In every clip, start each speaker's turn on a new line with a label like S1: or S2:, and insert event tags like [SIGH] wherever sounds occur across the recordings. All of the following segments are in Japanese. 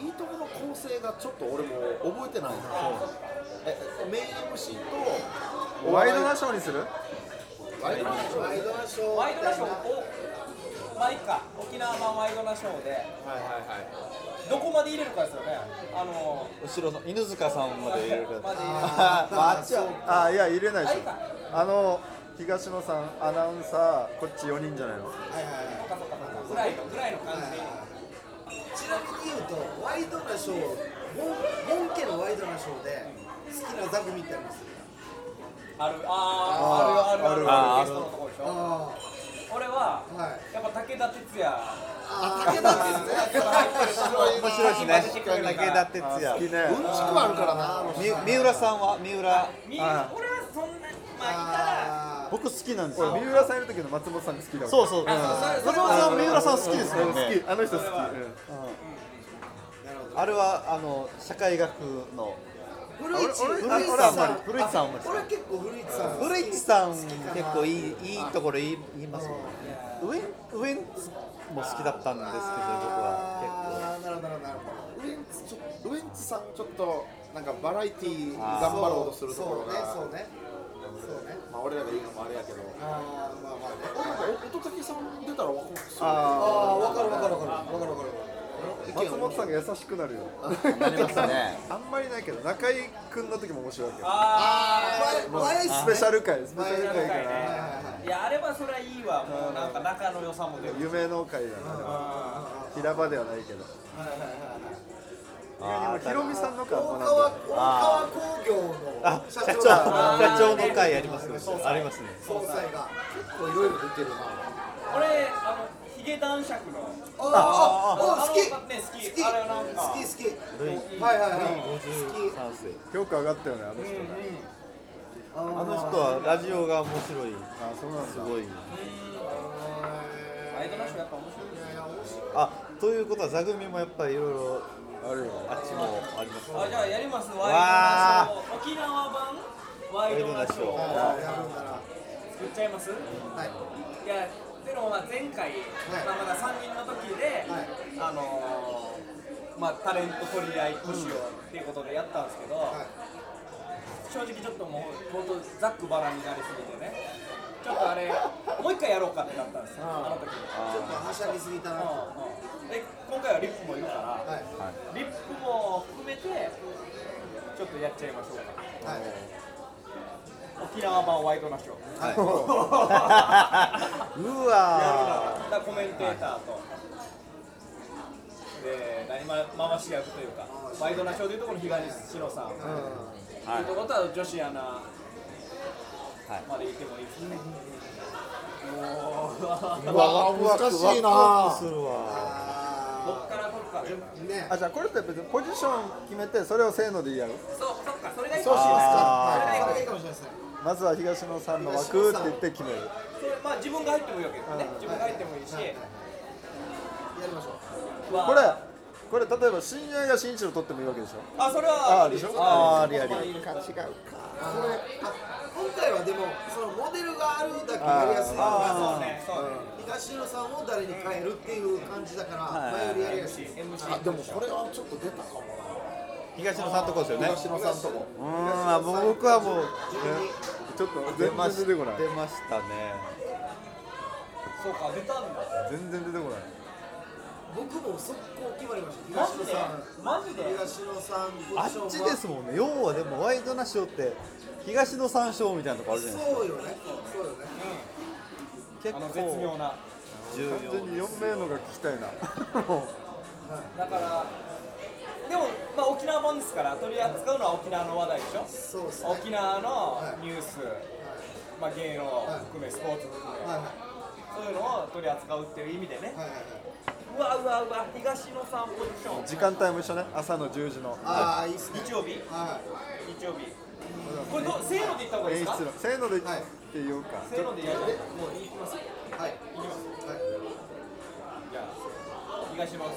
S1: いいとこの構成がちょっと俺も覚えてないえメイン MC と
S2: ワイドナショーにする
S1: ワイドナショーワイドナショー
S3: ワイドナショーをまあいっか沖縄版ワイドナショーで
S1: はいはいはい
S3: どこまで入れるかですよねあの
S4: 後ろの犬塚さんまで入れる
S3: まで入れる
S2: あー、まあ、あっちはあーいや入れないでしょ
S3: あいいか
S2: あの東野さんアナウンサーこっち4人じゃないの
S3: かそっかそっかぐらいのぐらいの感じでいい
S5: ちなみに言うとワイドなショー本本家のワイドなショーで好きな座組ってあります
S3: あるあーあるあるある
S4: あるある
S3: ゲストのとこでしょ
S5: あ
S3: 俺は
S5: あはい
S3: やっぱ武田鉄矢
S5: あ武田ですね
S4: 面白いしね武田鉄
S2: あ
S4: 矢
S2: 好きね
S1: うんちくはあるからなあの人
S4: み三浦さんは三浦
S3: み俺
S2: あ
S3: は
S2: ー
S3: そんなにまあいたら
S5: あ
S4: 僕好きなんです
S2: 俺
S4: よ
S2: 三浦さんいる時の松本さんが好きだもん
S4: そうそう
S3: あ
S4: 松
S3: そうそれ
S4: 本さん
S3: は
S4: 三浦さん好きですも
S2: うん
S4: んね
S2: 好きあの人好き、うん
S4: あれはあの社会学の
S5: 古市
S4: 俺
S5: 古
S4: 俺
S5: 市
S4: 俺あ
S5: さ
S4: んま
S5: ん
S4: り古市さんあんまり
S5: 俺結構古市さん
S4: 古市さん結構いいいいところ言い言いますもんねウエンウエンツも好きだったんですけど僕は
S5: ああなるほどなるほど
S1: ウエンツちょウエンツさんちょっとなんかバラエティー頑張ろうとするところが
S5: そうねそうねそうね
S1: まあ俺らが言うのもあれやけど
S5: ああまあまあね
S1: なんかお乙武さん出たらわかるっす
S5: あ
S1: よ
S2: あ
S5: あわかるわかるわかるわかるわかる
S2: あ松本さんが優しくなるよ
S4: 結構なりますね
S2: [LAUGHS] あんまりないけど中居君の時も面白いわけよ
S3: あ
S5: わわいっすね
S2: スペシャル回スペシ
S3: ー
S2: ャル回か
S3: やりたいね
S2: ら
S3: いやあれはそりゃいいわもうなんか仲の良さも出る
S2: 夢の回だな平場ではないけど意外に俺ヒロミさんの回
S5: 大
S2: もなん
S5: 川
S2: だ
S5: 大川工業
S4: あ
S5: の
S4: 社
S5: 社
S4: 長
S5: 長
S4: 社
S5: が
S4: 長の会ありますねありますね
S5: 総裁が
S1: 結構いろいろ出てるな
S3: 俺あのヒゲ男爵の
S5: あああ好き
S3: あのね好き
S5: 好き
S3: あれなんか
S5: 好き好きはいはいはい好き
S4: 53世
S2: 評価上がったよねあの人
S4: あの人はラジオが面白い
S2: あそうなん
S4: す
S2: だ
S4: ご
S3: ワイ
S4: い
S3: ドナショーやっぱ面白いですね
S4: あということは座組もやっぱりいろいろ
S2: あるよ
S4: あっちもあります
S3: あじゃあやりますワイドナ
S4: わ
S3: ショー沖縄版ワイドナショー
S4: ワ
S5: あ
S4: イドナショー
S5: あやるんだな
S3: 作っちゃいます
S5: はい
S3: いやでもまあ前回、まあ、まだ3人の時で、
S5: はい
S3: あのーまあ、タレント取り合いこしようっていうことでやったんですけど、
S5: はい
S3: 正直ちょっともう本当ざっくばらんになりすぎてねちょっとあれもう一回やろうかってなったんですよあの
S5: ち
S3: 時
S5: ょっとはしゃぎすぎたなは
S3: うんうんで今回はリップもいるから、
S5: いはい
S3: リップも含めてちょっとやっちゃいましょうか沖縄版ワイドナシ [LAUGHS] ョー
S4: うわ
S3: だからコメンテーターと、で何ま回し役というか、ワイドナショーでいうところの東野さん、というところとは女子アナまでいてもいいですね。もう、 [LAUGHS]
S1: うわ難しいな
S4: するわ
S3: どっからどっから。
S5: ね
S2: あじゃあこれって別にポジション決めてそれをせーのでやる
S3: そう、そっか、それがいい
S5: そうします
S4: あ
S5: かはいそれがいいかもしれないですね
S2: まずは東野さんの枠って言って決める
S3: それまあ自分が入ってもいいわけですね。自分が入ってもいいし、
S5: やりましょう
S3: わあ
S2: これこれ例えば親愛が新一郎取ってもいいわけでしょ
S3: あ、それは
S2: あでしょ
S4: あーリアリ
S5: あこれあ今回はでもそのモデルがあるだけやりやすいの
S3: あそう
S5: が
S3: ね、そうね。
S5: 東野さんを誰に変えるっていう感じだから前よりやりやすい
S3: MC
S1: でもこれはちょっと出たかも
S4: 東野さんとこですよね
S1: 東野さんとも
S4: うーんあもう僕はもう
S2: ちょっと全
S4: 出ま
S2: 然
S4: し
S2: 出てこない
S4: 出ましたね
S3: そうか、出たんだ。
S2: 全然出てこない
S5: 僕も速攻決まりました
S3: マ
S5: 東
S3: ジ
S5: 野
S3: で
S5: さん、
S3: マジで。
S5: 東野さんポ
S4: あ
S5: ジションは
S4: っちですもんね要はでもワイドナショーって東野三章みたいなとこあるじゃない
S5: そうよねそうよね
S4: です
S3: あ
S4: か
S3: の
S4: 結
S3: 絶妙
S4: 構
S3: な。
S4: 重要
S2: 完全に4名のが聞きたいな
S3: だからでも、まあ、沖縄版ですから取り扱うのは沖縄の話題でしょ
S5: そうですねはい
S3: 沖縄のニュース、まあ、芸能含めスポーツ含め、
S5: はいは
S3: そういうのを取り扱うっていう意味でね
S5: い、はいはいう
S3: わうわうわ東野さんポジショ
S2: [LAUGHS]
S3: ン
S2: 時間帯も一緒ね朝の10時の
S5: ああいいっすね
S3: 日曜日
S5: は
S3: 日曜日これどうせーので言った方がいい
S2: 演
S3: です
S2: 出
S3: か
S2: のせーのでっ
S5: はい
S2: て言おうか
S3: せーのでやるもう行きます
S5: いはいはい
S3: じゃあ東野さんの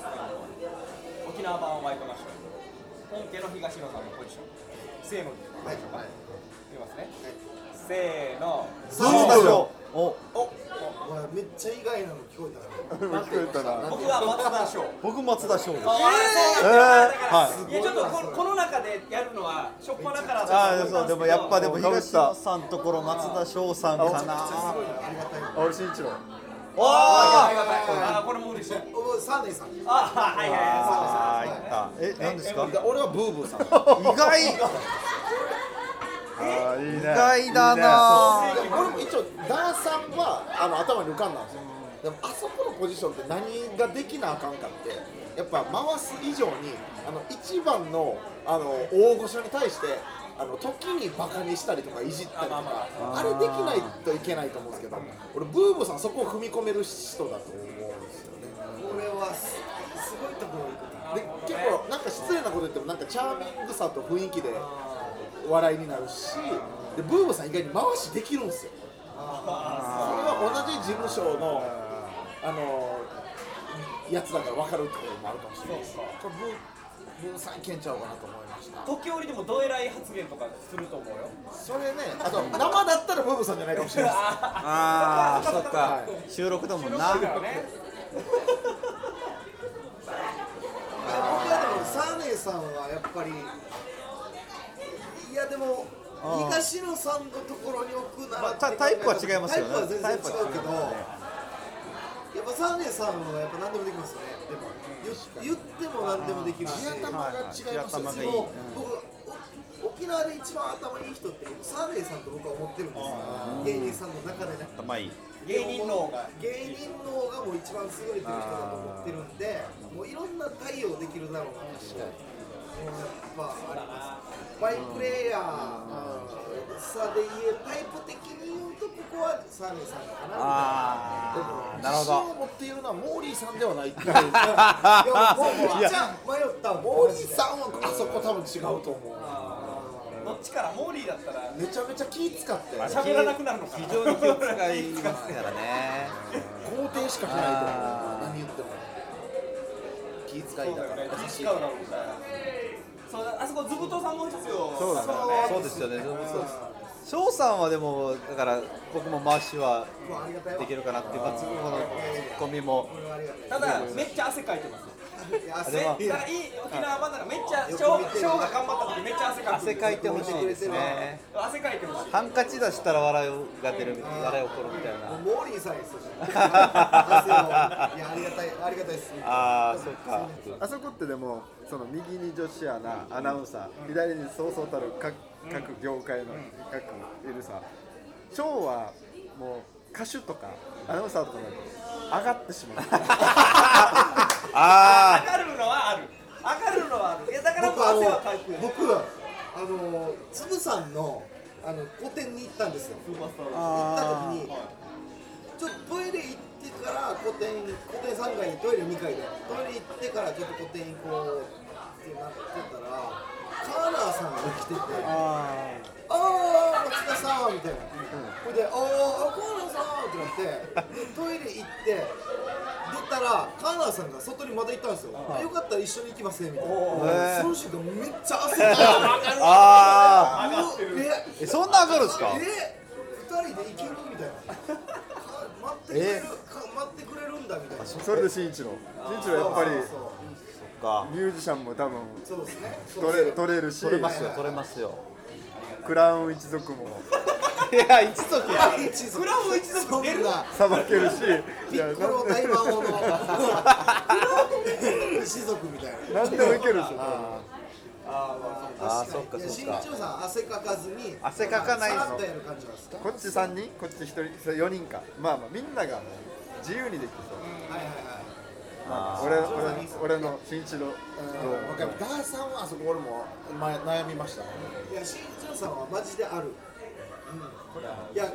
S3: 沖縄版ワイドナショー本家の東野さんのポジションせーので
S5: はい
S3: 言いますね、せーの
S2: そうでしょ
S4: お
S3: お
S5: はいこれめっちゃ意外なの聞こえたから
S2: [LAUGHS] 聞こえたな
S3: 僕は松田翔
S4: 僕松田翔です
S3: あ
S4: えー
S3: そうなんだだからいやちょっとこのこの中でやるのはしょっぱなからだ
S4: あ
S3: と
S4: あ
S3: 思
S4: そ
S3: ったんす
S4: うで
S3: けど
S4: もやっぱでも
S2: 頑張った
S4: 東野さんところ松田翔さんかな
S2: 俺慎一郎
S4: お
S3: ああり
S4: あ
S3: がたいあーこれも嬉しい
S5: おサーディさん
S3: あーはいはいは
S4: あいったえ何ですか
S1: で俺はブーブーさん
S4: 意外
S2: ああいいね意
S4: 意外だな
S1: でも俺も一応ダーさんはあの頭に浮かんだんですよでもあそこのポジションって何ができなあかんかってやっぱ回す以上にあの一番のあの大御所に対してあの時にバカにしたりとかいじったりとかあれできないといけないと思うんですけど俺ブーブーさんそこを踏み込める人だと思うんですよね
S5: これはすすごいところ行くな
S1: で結構なんか失礼なこと言ってもなんかチャーミングさと雰囲気で笑いになるしでブーブーさん意外に回しできるんですよそれは同じ事務所のあのやつだから分かるってこともあるかもしれないですこれブーブーさんいけんちゃうかなと思いました
S3: い時折でもどえらい発言とかすると思うよ
S1: それねあと生だったらブーブーさんじゃないかもしれないです
S4: ああそっ
S1: は
S4: か収録だもん
S3: だ
S4: な
S3: からね
S5: 僕はでもサーディさんはやっぱりいやでも東野さんのところに置くなら
S4: まあタタイプは違いま
S5: タ
S4: すよね
S5: イプは全然違うけ
S4: タイプ
S5: ど
S4: は違います
S5: やっぱサーディさんはやっぱ何でもできますよねでも言言っても何でもできるし
S1: 地頭が違いますよね
S4: 頭がいい
S5: もう僕お沖縄で一番頭いい人ってサーディさんと僕は思ってるんですよ芸人さんの中でね
S4: 頭いい
S3: 芸人の方が
S5: 芸人の方がもう一番優れてる人だと思ってるんでもういろんな対応できるだろうなっていうのはやっぱありますバイプレーヤーさで言えタイプ的に言うとここはサーネさんかな
S4: ああなるほ
S1: 自信を
S4: ど
S1: 持って言うのはモーリーさんではないってい
S5: い
S1: う
S5: やもうもうじゃあ迷った
S1: モ
S5: も
S1: ーリーさんはあそこ多分違うと思
S3: どっちからモーリーだったら
S1: うめちゃめちゃ気使って
S3: 喋らなくなるのかな
S4: 非常に気を使いますからね
S1: 肯定しかしないと思う何言っても気遣いだから優しい
S3: 使うだろうみたいなそうだあそこズブトさんも必要
S2: そうだね
S4: そうですよねそうです翔さんはでもだから僕も回しは
S5: うありがたい
S4: で
S5: わ
S4: きるかなっていうかそこのツッコミも
S5: これはありがたい
S3: ただめっちゃ汗かいてます
S5: いや
S4: でも
S5: 焦
S3: め
S5: い
S3: っ
S5: や
S3: ちゃいい沖縄バナナめっちゃショーショーが頑張った時めっちゃ汗かいて
S4: 汗かいてほしいですね
S3: 汗かいてほしい
S4: ハンカチ出したら笑いが出るみたいな笑い起こるみたい
S5: もう
S4: な
S5: モーリーさんですよ汗をいやありがたいありがたいです
S4: ああそっか
S2: あそこってでもその右に女子アナ、アナウンサー、左にそうそうたる各各業界の各いるさ、ショーはもう歌手とかアナウンサーとかが上がってしまう。
S4: あ
S3: 上がるのはある上がるのはあるいやだからもう
S5: 僕あの
S3: 汗はかいてる
S5: 僕はあのつぶさんのあの個展に行ったんですよ行った時にちょっとトイレ行ってから個展個展3階にトイレ2階でトイレ行ってからちょっと個展行こうってなってたらカーナーさんが来てて「ああ松田さん」みたいなほいで「ああカーナーさん」ってなってでトイレ行って出たらカーナーさんが外にまた行ったんですよ「よかったら一緒に行きません」みたいな。
S4: へー
S5: その瞬間めっちゃ汗かいて
S4: ああ
S5: 上がってる
S4: ーえそんな上がるんですか
S5: え二人で行けるみたいな待ってくれるか待ってくれるんだみたいなそう
S2: それで新一郎。新一郎やっぱり
S4: か
S2: ミュージシャンも多分
S5: そうですねそう
S2: 取れ取れるし、
S4: 取れますよ取れますよ
S2: クラウン一族も
S4: いや一族や
S5: 一族クラブ一族出るな
S2: さばけるし、い
S5: ピ
S2: や
S5: ッコロ大 [LAUGHS] 魔王の士族みたいな
S2: なんでもいけるでしょ。
S4: あーそっかそっか
S5: 新庄さん汗かかずに
S4: 汗かかないの
S5: さらっとやる感じなんですか
S2: こっち三人、こっち一人、それ四人か。まあまあみんなが自由にできそう。
S5: はいはい
S2: 俺俺俺の新一郎
S1: わかるダーさんはあそこ俺も前悩みましたね
S5: はいいや新庄さんはマジであるうんいやいや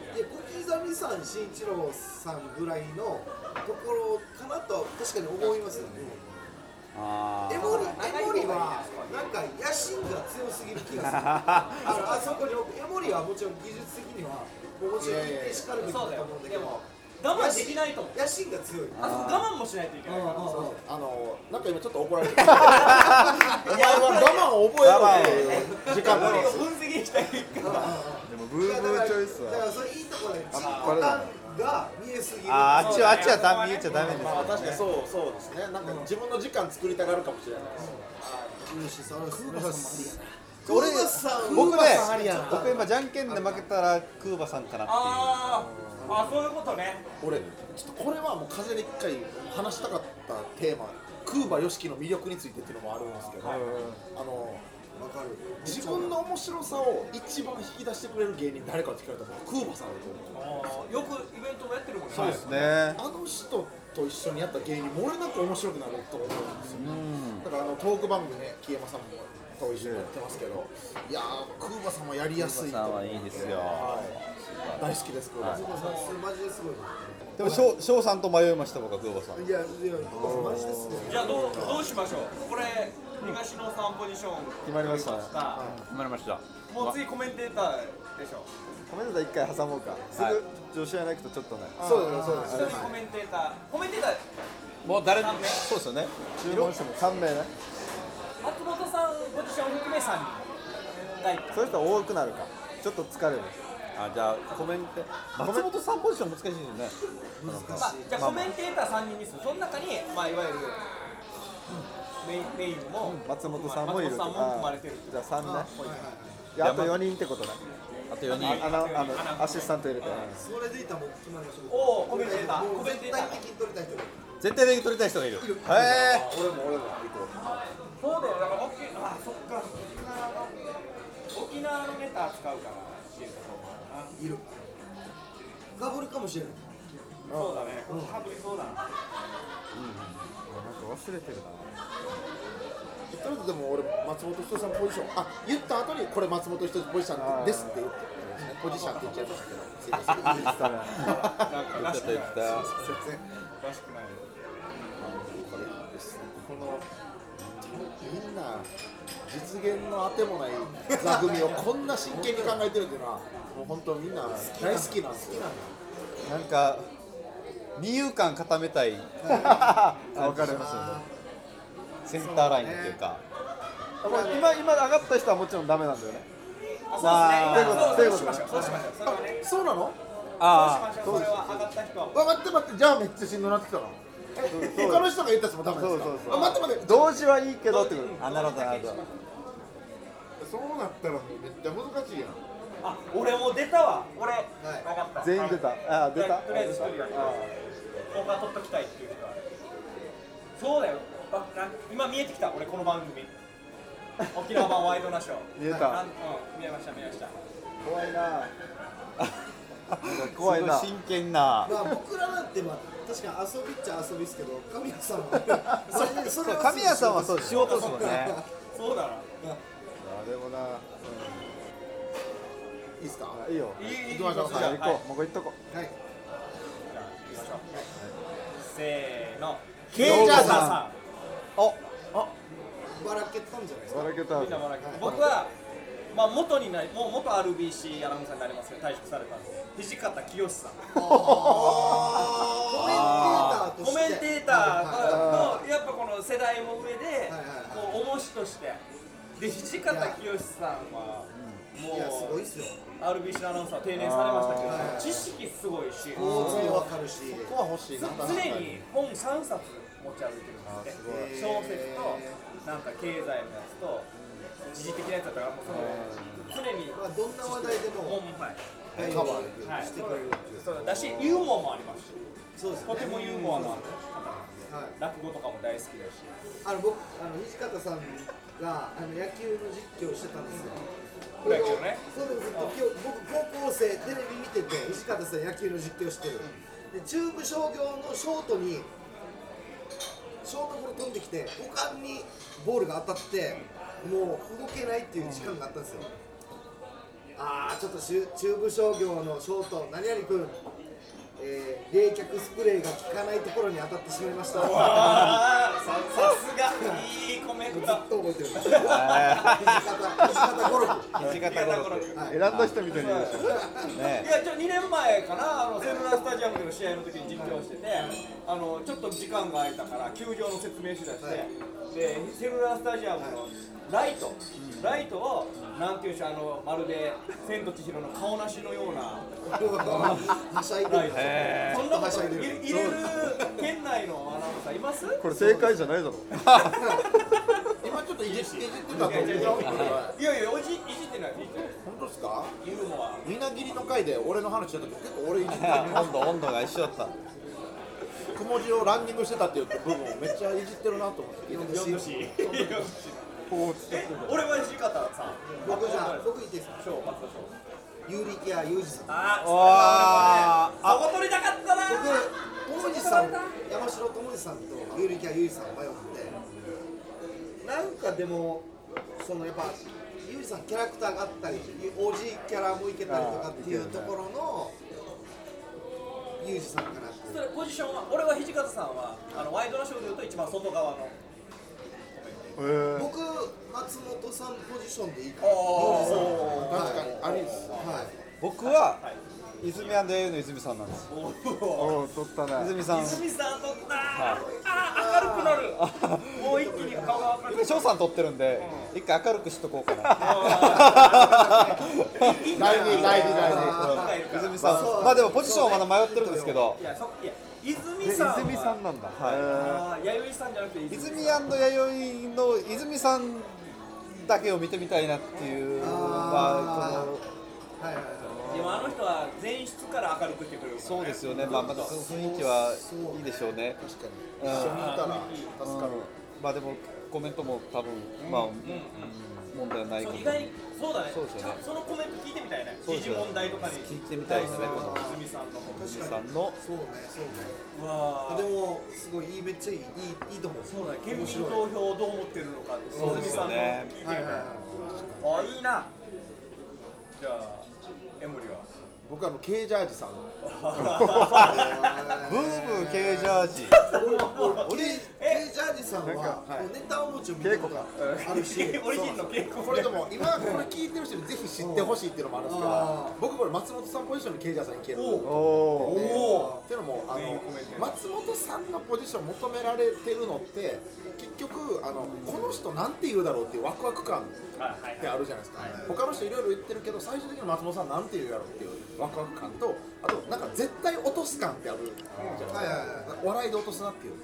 S5: 小刻みさん新一郎さんぐらいのところかなとは確かに思いますよね
S4: あ
S5: エモリエモリはなんか野心が強すぎる気
S4: [LAUGHS]
S5: がする。あのあそこにエモリはもちろん技術的にはもちろん一定しかるべきだと
S3: そうだよ
S5: 思うんだけ
S3: でも
S5: ど、
S3: 我慢できないと思う
S5: 野心が強い。
S3: あそこ我慢もしないといけないから
S1: あのなんか今ちょっと怒ら [LAUGHS] れてるお前は我慢を覚えろって時間
S3: 無理
S1: が
S3: を分析したいから
S2: でもブーブーチョイス
S5: だか
S2: は
S5: らそれいいところで、
S2: あこれだ
S5: パが見えすぎる
S4: あーあっちはあっちはダメ言っちゃダメですよ
S1: まあ確かにそうそうですねなんか自分の時間作りたがるかもしれないです、
S5: 西さんクーバさん
S4: 俺
S5: クーバさん
S4: 僕ね
S5: ありやな
S4: 僕今じゃんけんで負けたらクーバさんかなっていう
S3: あーあそういうことね
S1: 俺ちょっとこれはもう風で一回話したかったテーマクーバ yoshiki の魅力についてっていうのもあるんですけど、あの
S5: わかる
S1: 自分の面白さを一番引き出してくれる芸人誰かって聞かれたら僕クーバさんだと思う
S3: あーよくイベントもやってるもんね
S4: そうですね
S1: あの人と一緒にやった芸人もれなく面白くなると思うんですよ、だからあのトーク番組ね木山さんもと一緒にやってますけど、いやークーバさんもやりやすいと
S4: さん
S1: 思う
S4: はいいですよ
S1: はい大好きですクーバさん、
S5: クーバさんそれマジですごいな
S4: でも翔翔さんと迷いました僕はクーバさん
S5: いやいやクーバさんマジですごい
S3: じゃあどうどうしましょうこれ東野さんポジション
S2: 決まりましたね
S3: さ
S4: 決まりました
S3: あもう次コメンテーターでしょ
S2: コメント一回挟もうかす
S4: はい
S2: ぐ女子アナ行くとちょっとね
S1: そうですねそうですね
S3: 一人コメンテーターコメンテーター
S4: もう誰
S3: 三名
S4: そうですよね
S2: 注文しても3名ね
S3: 松本さんポジション含め3人がい
S2: そういう人多くなるかちょっと疲れる
S4: あじゃあコメント松本さんポジション難しいですよね
S3: まあ、じゃあコメンテーター3人ですよその中に、まあ、いわゆるメインメインも
S2: 松本さんもいる
S3: 松本さんも含まれてる
S2: あーじゃあ3ねいやあと4人ってことね
S4: あと4人
S2: あのあのアシスタント入れて
S5: それでいたらもう決まりましょう
S3: おおコメンテーター
S5: も
S3: コ
S5: う
S3: メンテ
S5: 絶
S3: ータ
S5: 対
S3: ー
S5: 的に取りたい人がいる
S4: 絶対的に取りたい人がいるへえ
S1: 俺も俺も行こう
S3: そうだよだから沖あそっか沖縄のネタ使うからっていうところか
S5: いるガブリかもしれない
S3: なそうだねかぶりそうだな
S2: なんか忘れてるな
S1: とりあえずでも俺松本人志さんポジションあ言った後にこれ松本人志ポジションですって言ってポジションって言っちゃいましたけどすいません
S3: なんからしくない
S4: 言っちゃった
S3: らしくない
S1: これですねこのみんな実現のあてもない座組をこんな真剣に考えてるっていうのはもう本当みんな大好きなんですよ
S4: なんか二遊間固めた
S2: [LAUGHS]
S4: い
S2: 分かりますよ
S4: センターラインっていうか
S2: ねもう今今上がった人はもちろんダメなんだよね
S4: ま
S2: あ
S3: そうしましょうそうしましょうそれはね
S1: そうなの
S4: あ
S3: そうしましょうそれは上がった人は
S1: わ待って待ってじゃあめっちゃしんどなってきたのえ他の人が言ったやつもダメですか
S2: そうそうそう
S1: あ待って待って
S2: 同時はいいけどってこと
S4: あなるほどなるほど
S1: そうなったらめっちゃ難しいやん
S3: あ俺もう出たわ俺上がった
S2: 全員出たあー出た
S3: とりあえず一人は僕は取っときたいっていう人はそうだよあなん今見えてきた俺この番組沖縄版ワイドナショー
S2: 見え
S3: な
S2: た
S3: んうん見えました見えました
S2: 怖いな怖いな
S4: すご真剣な
S5: まあ僕らなんてまあ確かに遊びっちゃ遊びですけど神谷さんはそれそれは
S4: 神谷さんはそう仕事ですも
S2: [LAUGHS]
S4: んね
S3: そうだ
S2: あでもない
S1: いっすか
S2: いいよ
S3: ないいいい
S1: 行きましょ
S3: い
S1: う
S3: です
S2: じゃあ
S3: よ
S2: 行こうもう一個行っとこ
S5: はい
S3: はいじゃあ行きましょうせーの
S4: ケイジャーさ
S3: さ
S4: んお
S5: ばらけたんじゃないです
S2: う
S5: か
S2: 笑けた
S3: んみんな笑い僕はまあ元になりもう元 RBC アナウンサーになりますけど退職されたんで土方清さん
S5: あー
S3: コ
S5: コ
S3: メ
S5: メ
S3: ン
S5: ン
S3: テ
S5: テ
S3: ー
S5: ー
S3: タ
S5: タ
S3: ー
S5: ーとして
S3: のやっぱこの世代も上で
S5: は
S3: こう重しとしてで土方清さんはも
S5: いやすご
S3: う
S5: いっすよ
S3: RBC のアナウンサー定年されましたけど知識すごいし
S5: 大津もわかるし
S1: ここは欲しいな
S3: 常に本3冊持ち歩いてるんです
S5: ごい
S3: って小説となんか経済のやつと時事的なやつだからもうその常に
S5: まあどんな話題で
S3: も
S5: も
S3: うはい
S5: 対応してくれるっていう
S3: そうだしユーモアもありますし
S5: そうですね
S3: とてもユーモアのある
S5: はい
S3: 落語とかも [LAUGHS] 大好きだし
S5: あの僕あの西方さんがあの野球の実況をしてたんですよ。
S3: プロ野球ね
S5: それをずっと今日僕高校生テレビ見てて西方さん野球の実況してる。で中部商業のショートにショートゴロ飛んできて股間にボールが当たってもう動けないっていう時間があったんですよ。ああちょっとしゅ中部商業のショート何々君。えー、冷却スプレーが効かないところに当たってしまいました。
S3: わあささすがいい言コメント
S5: と思ってるんです
S4: あ
S5: 土方土方ゴルフ
S4: ー土方ゴロフ
S3: [LAUGHS]
S2: 選んだ人みたいに言うでしょ
S4: ね
S3: いやちょ2年前かなあのセブラースタジアムでの試合の時に実況しててあのちょっと時間が空いたから球場の説明しだして、でセブラースタジアムのライト、ライトをなんていうんでしょうあのまるで「千と千尋の顔なし」のような
S5: はしゃいで
S3: ライ
S5: る
S3: トそんなこと入
S5: へー
S3: 入れる県内のアナウンサーいます
S2: これ正解じゃないだろ
S1: 今ちょっといじいじってたと思うけど
S3: いやいやおじいじってないですいじってない
S1: 本当ですか
S3: ユーモア
S1: みなぎりの回で俺の話した時結構俺いじってた
S4: え温度温度が一緒だった
S1: くもじをランニングしてたっていう部分をめっちゃいじってるなと思って
S3: よしよしえ俺は土方さん
S5: 僕じゃあ僕いいですか
S3: 翔松田翔
S5: 有力や有事さん
S3: ああ、そこ取りたかったな。
S5: 僕友治さん山城友治さんと有力や有事さん迷ってなんかでもそのやっぱ有事さんキャラクターがあったりおじキャラもいけたりとかっていうところの有事さんかなって
S3: それポジションは、俺は土方さんは、あのワイドナショーで言うと一番外側の。
S2: へー
S5: 僕松本さんポジションでいいかな
S3: お
S1: 確かにありです
S5: はい
S4: 僕は泉 &au の泉さんなんです
S3: お。
S2: おお取ったな
S4: 泉さん
S3: 泉さん取った。あー、明るくなる。もう一気に顔が明るく
S4: 今翔さん撮ってるんで一回明るくしとこうか
S2: [LAUGHS]
S3: な
S4: な
S3: る。いいんだ
S1: 大事大事大
S5: 事
S4: 泉さんまあでもポジションはまだ迷ってるんですけど
S3: いや、そっいや、
S2: え
S3: 泉さんは。
S2: 泉さんなんだ
S4: はい
S2: へ
S3: あー弥生さんじゃなくて泉
S4: 泉や弥生の泉さんだけを見てみたいなっていうまあ
S5: あー
S4: この
S5: はいはい
S3: でもあの人は前室から明るくしてくれるからね
S4: そうですよねまあまたその雰囲気はいいでしょうね
S1: 確かに
S4: う
S1: 一緒に
S4: ん
S1: いたら助かる
S4: まあでもコメントも多分まあ問題はない
S3: そう意
S4: と
S3: 外にそうだね
S4: そうですよね
S3: そのコメント聞いてみたいね
S4: そう
S3: 時
S4: です
S3: 事
S4: よね
S3: 問題とかに
S4: 聞いてみたいですねこの
S3: 泉さんの
S4: 泉さんの
S5: そうねそうね
S3: う
S5: あ
S3: わー
S5: でもすごいいいめっちゃいいいいいいと思う
S3: そうだね県民
S5: 面白
S3: 投
S5: い
S3: 票をどう思ってるのかって
S4: そうですよね
S3: 泉さんの
S5: はいはいはい
S3: 聞いてみたいあいいなじゃあエモリは
S1: 僕あの K ジャージさん
S4: ブーム系ジャージ
S5: 俺ケイジャージさんは
S1: はい
S5: ネタおもちを見たことがある
S1: [LAUGHS]
S5: し
S3: オリジンの傾向
S1: これでも今これ聞いてる人にぜひ知ってほしいっていうのもあるんですけ
S5: あ
S1: ど僕これ松本さんポジションに K ジャージさんいける
S2: ーお
S1: で
S3: おお
S1: っていうのもあ
S3: メイン
S1: の
S3: コメンテーター
S1: 松本さんのポジション求められてるのって結局あのこの人なんて言うだろうっていうワクワク感
S3: はいはい
S1: ってあるじゃないですか、他の人いろいろ言ってるけど最終的に松本さんなんて言うやろっていうワクワク感とあとなんか絶対落とす感ってあるじゃないですか、
S5: はいはいは
S1: 笑いで落とすなっていう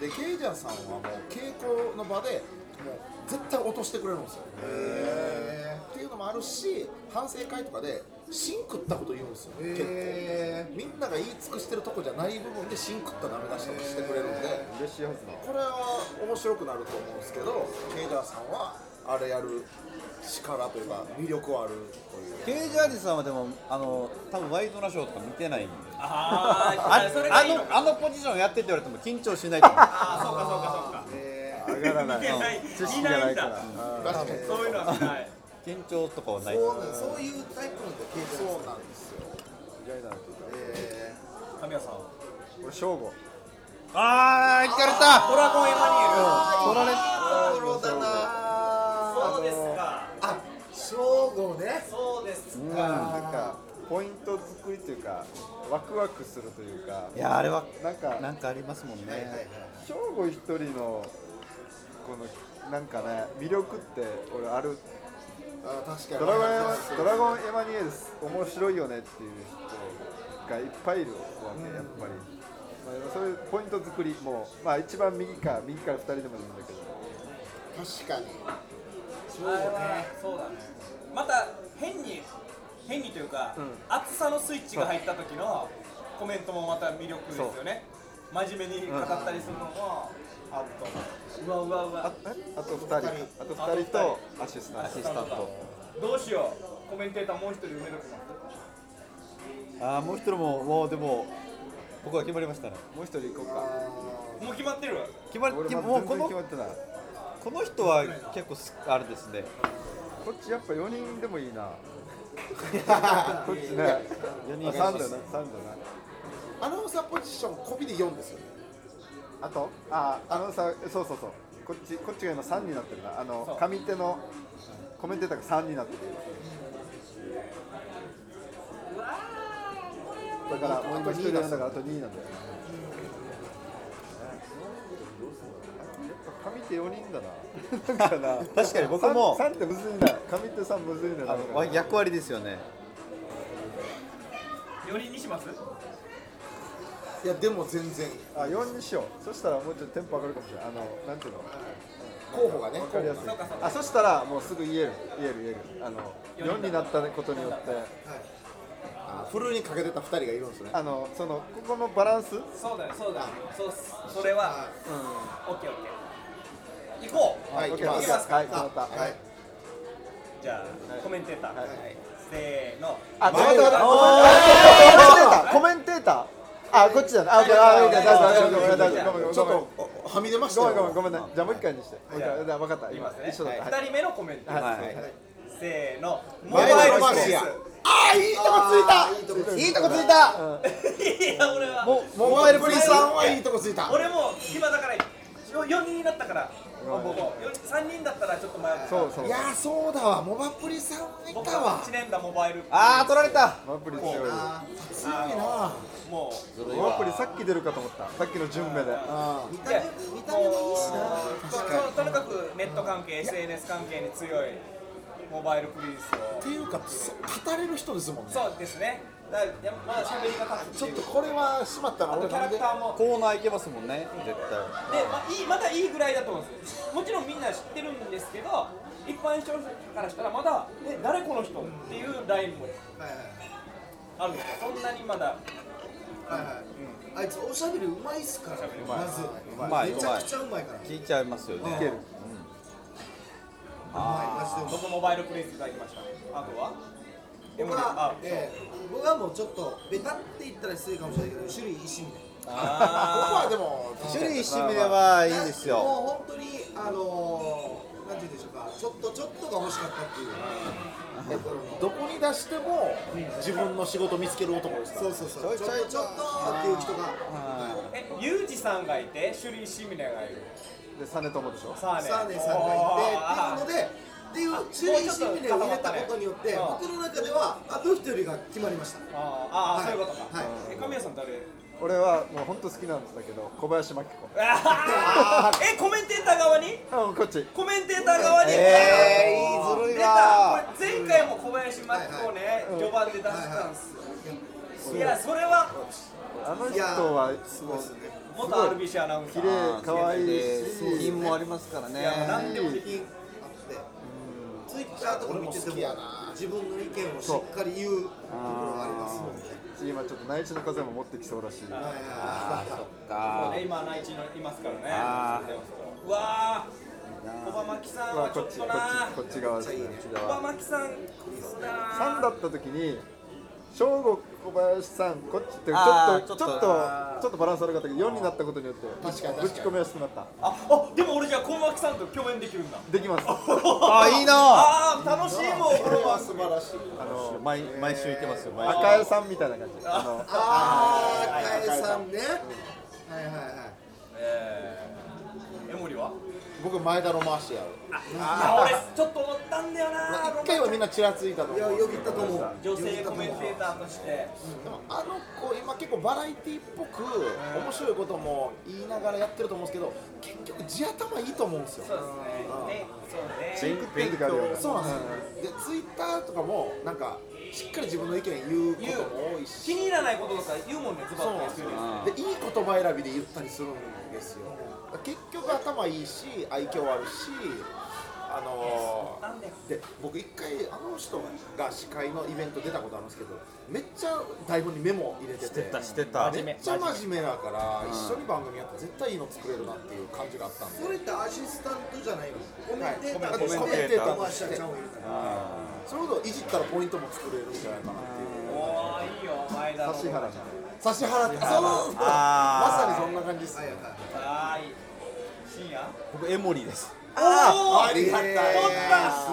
S1: でケイジャーさんはもう稽古の場でもう絶対落としてくれるんですよっていうのもあるし反省会とかで芯食ったこと言うんですよ結
S5: へ
S1: 構みんなが言い尽くしてるとこじゃない部分で芯食ったダメ出しとかしてくれるんで、
S2: 嬉しいはずだ
S1: これは面白くなると思うんですけどケイダーさんはあれやる力というか魅力はあるという
S4: ケージャージさんはでもあの多分ワイドナショーとか見てないんで
S3: あ
S4: あ
S3: あそれが
S4: あ
S3: いいの
S4: のあのポジションやってって言われても緊張しないと思う
S3: あそうかそうかそうか
S2: 上がらな
S3: 見てないい
S2: 知識がないから
S3: 見
S1: 確かに
S3: そういうのははい
S4: 緊張とかはない
S5: そうねそういうタイプのケイジャージさん
S1: そうなんですよ
S2: 意外だな
S5: え
S3: 神谷さん
S2: 俺正吾
S4: あー、行かれた
S3: ドラゴンエマ
S4: 取られ
S5: ーそうだなあ
S3: ニュエルそうですか
S5: あ正吾ね
S3: そうです
S2: うんなんかポイント作りというかワクワクするというか
S4: いやあれは
S2: なんか
S4: なんかありますもんね、
S2: 正吾一人のこのなんかね魅力って俺ある
S1: あ確かに
S2: ドラゴンエマドラゴンエマニュエルス面白いよねっていう人がいっぱいいるわけやっぱり、まあ、そういうポイント作りもまあ一番右か右から二人でもいいんだけど
S1: 確かに
S3: そうねそうだねまた変に変にというか、熱さのスイッチが入った時のコメントもまた魅力ですよね真面目に語ったりするのもあると思ううわうわう
S2: あ
S3: わ
S2: えあと二人かあと二人とアシスタン
S4: ア
S2: ト
S4: シスタント
S3: どうしようコメンテーターもう一人埋めときます
S4: あーもう一人ももうでも僕は決まりましたね
S2: もう一人行こうか
S3: もう決まってるわ
S4: 決まり
S2: 俺
S4: 決
S2: ま
S4: ま
S2: だ
S4: も
S2: 全
S4: うこ
S2: 然
S4: の
S2: 決まってない
S4: この人は結構すあれですね
S2: こっちやっぱ4人でもいい [LAUGHS] なこっちね4人3だよな3だよな
S1: アナウンサーポジション込みで4ですよね
S2: あとああのさそうそうそうこっちこっちが今3になってるなあの上手のコメンテーターが3になってるだからもう今1人なんだからあと2なんだよ紙って4人だ [LAUGHS] な。だからな
S4: 確かに僕も
S2: 三三ってむずいな。紙って三むずいな。
S4: あ
S2: なん
S4: の
S2: か
S4: わ役割ですよね
S3: 4人にします
S1: いやでも全然
S2: あ四にしよう。そしたらもうちょっとテンポ上がるかもしれない。あのなんていうの。
S1: 候補がね
S2: わかりやすい。あそしたらもうすぐ言える言える言える。あの四になったことによって
S1: あフルにかけてた2人がいるんですね
S2: あのそのここのバランス。うん。
S3: そうだよそうだよそうっすそれは OKOK 行こう
S1: はい
S2: オッケ
S1: 行
S2: ー
S1: き
S2: オ
S1: ま
S2: ッ
S1: す
S2: ケーはい決まった。
S1: はい
S3: じゃあコメンテーター
S2: はい
S3: せーの
S2: あコメンテーター。あコメンテーター。コメンテーター。あこっちだね。あこれあいいね。
S1: ちょっとおはみ出まし
S2: ご
S1: た
S2: めん
S1: よ
S2: ごめんごめんね。じゃあもう一回にして。もう一回。分かった。
S3: いき
S2: 今
S3: ますね
S2: 一緒だった。
S3: 2人目のコメンテーター
S2: はい
S4: はい
S3: せーのモ
S1: 前
S3: バイル
S1: のマ
S3: ス
S1: シ
S3: ペ
S1: ア
S3: ー
S1: あーいいとこついたいいとこついた
S3: スいや俺は
S1: モバイルプリンさんはいいとこついた
S3: 俺も今だから4人になったから3人だったらちょっと迷ってた
S2: そうそう
S1: い。やーそうだわモバプリさんはい
S3: 僕
S1: た
S3: は
S1: わ
S3: 1年だモバイル
S4: ああ取られた
S2: マプリ強い。
S1: 強いな
S3: もう
S2: マプリさっき出るかと思った。さっきの順目で。
S1: あ
S5: 見た目見た目もいいしな
S3: とととにかくネット関係、SNS 関係に強いモバイルプリンス
S1: ーって
S3: を
S1: いうかそ語れる人ですもんね
S3: そうですねだからやまだ喋りが立つ
S1: ちょ
S3: てい
S1: っ
S3: う
S1: とこれはしまったな
S3: あと
S1: 俺
S3: キャ
S1: な
S3: ラ
S1: ん
S3: ク
S1: で
S3: ターも
S4: コーナーいけますもんね絶対
S3: で、まあ、いいまだいいぐらいだと思うんですよもちろんみんな知ってるんですけど一般視聴者からしたらまだ「え誰この人?」っていうラインも
S5: はい
S3: あるんですよそんなにま
S5: は
S3: だ
S5: いはいはいあいつおしゃべりうまいっすからまず
S4: うまいうまい
S5: めちゃくちゃうまいからう
S4: 聞いちゃいますよ
S2: いけ
S4: ね
S2: る。
S5: まいマジでうまい
S3: 僕モバイルプリンスいただきましたあとは
S5: 僕
S3: あ
S5: は、えー、僕はもうちょっとベタって言ったら失礼かもしれないけど種類石みたい
S3: あ
S1: ここはでも
S4: 処理しめはいい
S5: な
S4: です
S5: も
S4: よ
S5: う本当にあのー、なんて言うんでしょうかちょっとちょっとが欲しかったっていうところの
S1: どこに出しても自分の仕事見つける男ですから
S5: そうそうそうちょっとちょっとっていう人が
S4: は
S3: えユージさんがいてシュリー・シミネがいる
S2: で、サネともでしょ。
S3: サーネ
S5: サーネさんがいてっていうのでっていう種類シミレを入れたことによって
S3: あもうち
S5: 僕の中ではあと一人が決まりましたは
S3: あーあー、
S5: い
S3: そういうことか、
S5: はい
S3: え神谷さん誰
S2: 俺はもう本当好きなんだけど、小林真紀子。
S3: あ
S5: [LAUGHS]
S3: ーえコメンテーター側に
S2: あ、こっち。
S3: コメンテーター側に
S4: えー、いいずるい
S3: 出
S4: わ
S3: たこれ前回も小林真紀子ね、序盤で出してたんですよ、いやそれは
S2: あの人は、もう
S3: 元 RBC アナウンサ
S2: 綺
S3: ー
S2: 麗、可愛い
S4: で
S2: し。
S4: 品もありますから
S3: いや
S4: ね
S3: 何でもできる
S5: あってツイッターとか見てても自分の意見をしっかり言うところがありますもんね
S2: 今ちょっと内地の風も持ってきそうだし。
S5: はいはいはい
S3: そう
S4: あ
S3: ね今内地のいますからね
S4: あ
S3: うわー小葉真紀さん
S2: まあ
S3: はち
S2: こ
S3: ょ
S2: っ
S3: っ
S2: ち、
S3: と
S2: こっ
S3: な
S2: ち、こっち側ですね。
S3: 小葉真紀さんそうだ
S2: 三だった時に。正吾、小林さん、こっちって、ちょ
S4: あー
S2: っと、ちょっと、ち
S4: あー
S2: ょっとバランス悪かったけど、四になったことによって。
S1: 確かに確か
S2: ぶ
S1: に
S2: ち込みやすくなった。
S3: ああでも俺じゃあ小牧さんと共演できるんだ
S2: でき [LAUGHS] ます。
S4: あいいな
S3: ああ楽しいもんこれ
S1: [LAUGHS]
S3: は
S1: 素晴らしい
S2: あの
S4: 毎毎週行ってますよ毎週
S2: 赤江さんみたいな感じ。あの
S5: あーカエさんねはいはいはい
S3: えー、江森は
S1: 僕前田のマーシアル
S3: いや俺ちょっと思ったんだよな
S1: 一回はみんなちらついたと
S5: い
S1: 思
S5: や、
S1: う
S5: よぎったと思う。
S3: 女性コメンテーターとして
S1: でもあの子今結構バラエティっぽく面白いことも言いながらやってると思うんですけど結局地頭いいと思うんですよ
S3: そうですねねそうね
S2: チェックってがあるよね。
S1: そうなんですよでツイッターとかもなんかしっかり自分の意見言うこ
S3: 言う
S1: とも多いし
S3: 気に入らないこととか言うもんねズバ
S1: そう
S3: ッ
S1: なん
S3: と
S1: です
S3: 言
S1: よ
S3: うね
S1: でいい言葉選びで言ったりするんですよ結局頭いいし愛嬌あるしあの
S3: なんだよ
S1: ーで僕一回あの人が司会のイベント出たことあるんですけどめっちゃ台本にメモ入れてて
S4: してたしてた
S1: めっちゃ真面目だから一緒に番組やったら絶対いいの作れるなっていう感じがあったんで
S5: それってアシスタントじゃないの。コメンテーター
S1: コ
S5: と
S1: メンコメン
S5: して
S1: テーター
S5: 友達ちゃんを入れたから。
S1: それほどいじったらポイントも作れるんじゃないかなっ
S3: おーいい
S1: ていう
S3: よ前田の
S2: 指原じゃん。
S1: 指原ってそう
S4: あー
S1: まさにそんな感じですね
S3: はーい深夜
S4: 僕エモリーです
S3: あ
S1: ありがたい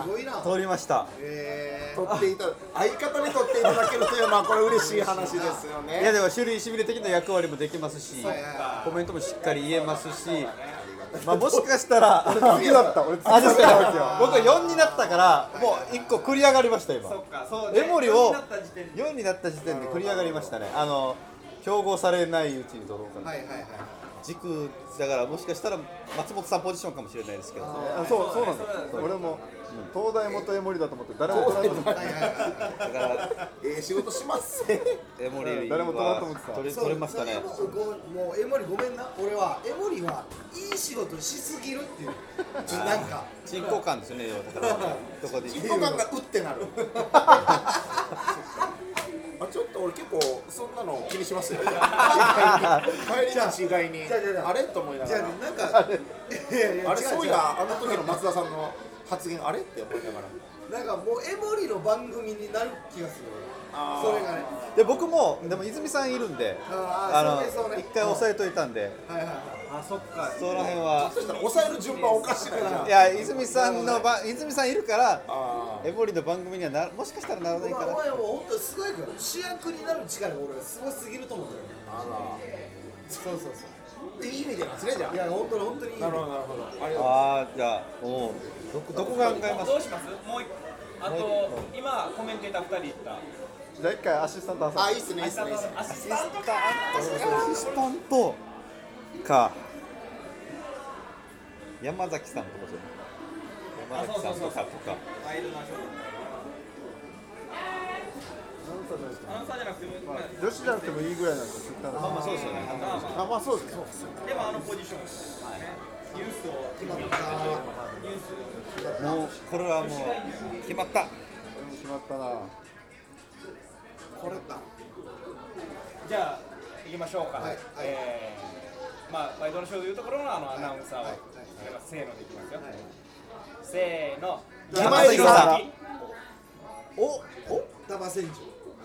S5: すごいな。
S4: 通りました
S5: え
S1: 取っていただ相方に取っていただけるというのはこれ嬉しい話ですよ
S4: いや
S1: ね
S4: でも種類しびれ的な役割もできますし
S5: か
S4: コメントもしっかり言えますしまあもしかしたら
S2: 次だった俺次だ
S4: あ
S2: った
S4: で
S2: ん
S4: す
S2: です
S4: か
S2: よ
S4: [LAUGHS] 僕4になったからもう1個繰り上がりました
S3: そ
S4: 今
S3: っかそう
S4: エモリを
S3: なった時点で
S4: 4になった時点で繰り上がりましたねあの競合されないうちに取ろうかな
S5: はいはいはい
S4: 軸だからもしかしたら松本さんポジションかもしれないですけど
S2: あそうそうなんだ
S3: そうなんだ
S2: 俺も東大元江森だと思って誰も取らんと思って
S5: はいはいはい
S4: だから
S1: ええ仕事します
S4: エモリ
S2: 誰も取らんと思っ
S4: は
S2: てた
S4: 取れ
S5: そう
S4: 取れましたね
S5: エモごもうエモリごめんな俺はエモリはいい仕事しすぎるっていうちょなんか
S4: 人工感ですよね要はだからどこで
S1: 一個間がうってなるあちょっと俺結構そんなの気にしますよ帰り道以外に
S5: じゃあじゃあじゃあ
S1: あれと思いな
S5: じ
S1: が
S5: ゃ
S1: ら
S5: [LAUGHS] あなんかいやいや
S1: あれ
S5: 違
S1: そうい
S5: 違
S1: やあの時の松田さんの発言あれって思いながら
S5: なんかもうエモリの番組になる気がする
S1: あー
S5: それがね
S4: で僕もでも泉さんいるんで
S5: あー
S4: あ
S5: そうねそう
S4: の
S5: ね
S4: 一回押さえといたんで
S5: はいはいはい
S3: あそっか
S4: その辺は
S1: そしたら抑える順番おかしくないじゃん
S4: いや泉さんのば泉さんいるから
S1: あ
S4: エボリの番組にはなもしかしたらなら
S5: お
S4: ない
S5: 前
S4: か
S5: お
S4: ら
S5: 前も本当にすごいから主役になる力が俺はすごすぎると思うんだよ
S1: ああ
S5: そうそうそ
S1: らっていい意味でなんですねじゃ
S5: ういや本当に本当にいい
S1: あなるほどなるほどありがとう
S4: ああじゃあおうどこどこ考えます
S3: どうしますもう一個あと今コメンテーター2人いった
S2: じゃあ一回アシスタント挟んで
S1: あいいっすねいいっすねいいっすね
S3: アシスタントか
S4: アシスタントか山崎さんとかじゃない山崎さんとかとか
S3: ワイドナショーアナウンサーじゃなくても、まあ
S2: 女子じゃなくてもいいぐらいなんですよ
S4: あまあそうですよね
S3: まあま
S2: あまあそうですそうです
S3: あでもあのポジションですねニュースを決まったニュース
S4: もうこれはもう決まった
S2: 俺も決まったな
S5: これだ
S3: じゃあ行きましょうか。
S5: はいはい
S3: えーまあワイドナショーでいうところのあのアナウンサーは、
S5: はいはい
S3: それがせーのでいきますよ。せーの。
S4: 山崎さんおお
S5: 玉千住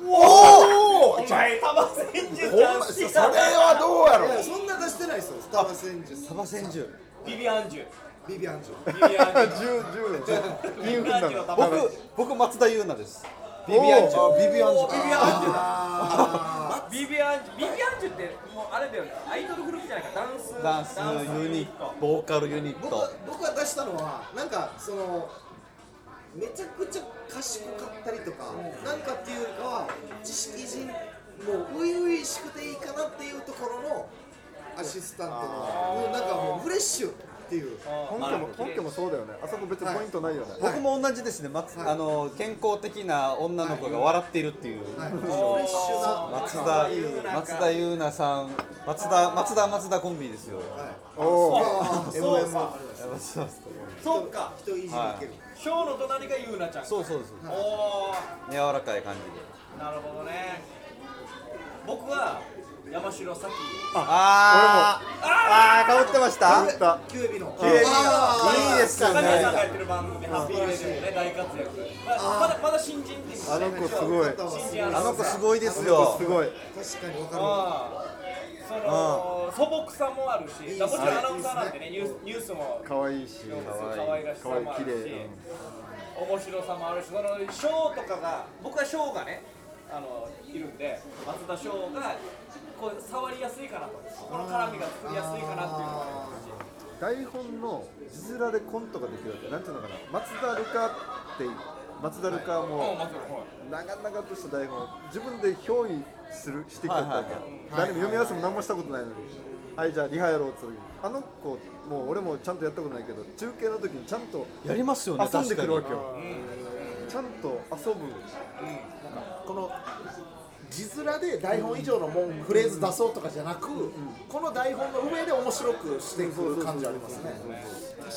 S1: おお
S3: お前玉千住
S1: ほんまそれはどうや
S5: い
S1: ろ
S5: や
S1: う
S5: そんな出してないですよ玉千住
S4: サバ千住
S3: ビビアンジュ。
S5: ビビアンジ
S3: ビビアンジュ。
S2: 10 10
S3: ビビアンジュの玉
S2: な
S4: 僕僕松田優奈ですビビアンジュ
S2: ビビアンジ
S3: おビビアンジュだ。
S5: あ
S3: ビビアンジュ。ビビアンジュってもうあれだよね。アイドルグループじゃないか。ダンス。
S4: ダンスユニットボーカルユニッ
S5: 僕
S4: ト
S5: は僕は出したのはなんかそのめちゃくちゃ賢かったりとかなんかっていうよりかは知識人もう初々しくていいかなっていうところのアシスタントのもうなんかもうフレッシュっていう
S2: 本家も本家もそうだよねあそこ別にポイントないよね
S4: 僕も同じですね、松あの健康的な女の子が笑っているっていう、
S5: はいフレッシュな
S4: 松田松田優奈さん松田松田松田コンビですよ、
S2: おお
S5: そうそう
S3: そっか。
S5: 人いじりいける
S3: ショーの隣がユーナちゃん。
S4: そうそうです
S3: おおー。
S4: 柔らかい感じで
S3: なるほどね。僕は山城咲。
S4: ああーあーかぶってました
S2: やった
S5: キュービの
S4: いい
S5: あー
S4: ですよ
S3: 神谷さん
S4: ね
S3: がやってる番組ハッピーレディでね大活躍。まあまだまだ新人っていう
S2: あの子すごい
S3: 新
S5: 確
S3: 人
S4: あの子すごいです
S2: あの子
S4: よ
S2: すごい
S5: かにわかるわ
S3: ああその素朴さもあるし、
S5: いい
S3: も
S5: っす
S3: ち
S5: ね
S3: ろんアナウンサーなんでねニュースニュースも
S2: 可愛いし
S3: 可愛らしさ
S2: 可
S3: も
S2: 愛い
S3: あ
S2: 綺
S3: るし
S2: 麗、
S3: 面白さもあるし、そのショーとかが僕はショーがねあのいるんで松田ショーがこう触りやすいかなと、この絡みが作りやすいかなっていうのがありますし。
S2: うん台本の字面でコントができるわけなんていうのかな松田ルカって松田ルカも、
S3: うん松田はい
S2: 長々とした台本を自分で憑依するしてきたわけ、誰も読み合わせも何もしたことないのに、はい、じゃあリハやろうって時にあの子もう俺もちゃんとやったことないけど中継の時にちゃんと
S4: やりますよね
S2: 遊んで
S4: 確か
S2: く
S4: に
S2: るわけよ、ちゃんと遊ぶ
S1: この字面で台本以上のもんフレーズ出そうとかじゃなく、この台本の上で面白くしていく感じありますね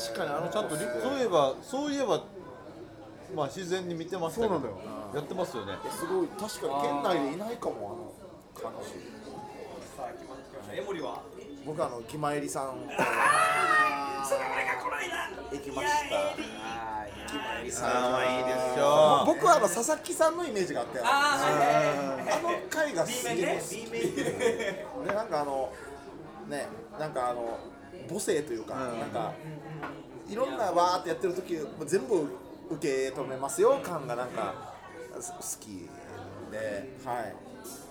S1: 確かにあの
S4: ちゃんとリそういえばそういえばまあ自然に見てましたけ
S2: そうな
S4: ど
S2: んだよ
S4: やってますよね
S1: すごい確かに県内でいないかもあの感じ
S3: さあ決まってきました。エモリは。
S1: 僕あの木前りさん行きました木前りさん
S4: いいです
S1: 僕はあの佐々木さんのイメージがあってあ
S3: ああ、はい
S1: の回がすげえ好き
S3: B
S1: でなんかあのねなんかあの母性というか、なんかいろんなわーってやってる時もう全部受け止めますよ感がなんかす好きではい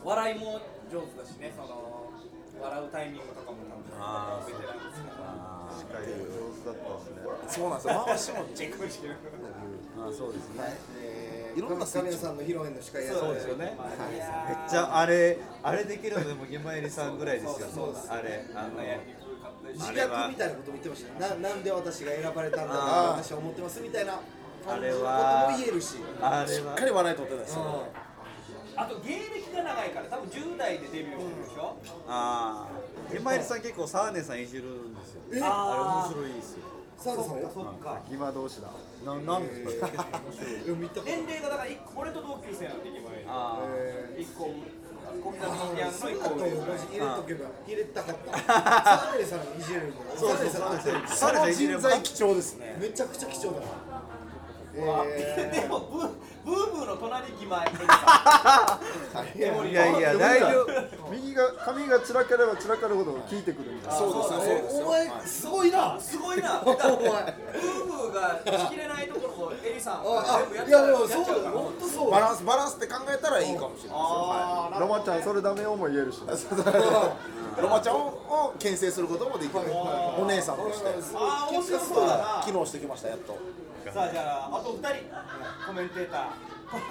S3: 笑いも上手だしね、その。笑うタイミングとかも多
S4: あ
S3: 分ベテランですから
S4: あ
S2: 司会上手だったですね
S1: そうなんですよ回しも
S3: チェックしてる
S4: ーあーそうですね
S5: え
S4: いろんなスイ
S5: カ
S4: ッチ
S5: メラさんの披露宴の司会や
S4: そうですよねめっちゃあれあれできるのでもゆまえりさんぐらいですよあれあの
S5: 自
S4: あれ
S5: 虐
S4: は
S5: みたいなことも言ってましたねななんで私が選ばれたんだろう
S4: あー
S5: 私は思ってますみたいな感
S4: あ
S5: じ
S4: れ
S5: の
S4: は
S5: ことも言えるし
S4: あ
S1: し
S4: れ
S1: っ
S4: は
S1: かり笑い取ってないですよ
S5: う
S3: あと芸歴が長いから多分10代でデビューしてるでしょ
S4: ああゆまえりさん結構サーネさんいじるんですよ
S5: え
S4: あれ面白いですよ
S5: んサンドさんも
S3: そっか
S2: 今同士だ
S4: ななんですか
S5: うん見たことない
S3: 年齢がだから一個俺と同級生なんで今より
S4: あー
S3: 一個小木さんの
S5: あーそ
S3: の
S5: れ
S3: 一
S5: だったら
S3: 個上ぐらい
S5: 私入れとけば入れたかったサーレさんにいじれるもんサーレさんって
S1: その人材貴重ですね
S5: めちゃくちゃ貴重だからえ
S3: でもブーブーブーの隣に今いる
S5: ーいや
S4: いやいや大丈夫
S2: 右が髪が散らかれば散らかるほど効いてくるんだ
S1: そうですよそうです
S5: お
S1: よ
S5: 前すごいな
S3: すごい
S5: [LAUGHS]
S3: な
S5: お
S3: ブ
S5: 前
S3: ーブーが仕切れないところをエリさん
S5: あ
S3: 全部やっ
S5: あい
S3: ちゃ
S5: や
S3: う
S5: でも
S3: や
S5: そ
S3: っちゃう
S5: う
S3: か
S5: だ
S3: ら
S5: 本当そう
S1: バランスバランスって考えたらいいかもしれな
S3: あーなる
S2: ロ
S3: ほど
S2: マちゃんそれダメよも言えるしない
S1: ですよはいロマちゃんをを牽制することもできるお姉さんとして
S3: あー面白そうだな
S1: 機能してきましたやっと
S3: さあじゃああと2人コメンテーターこ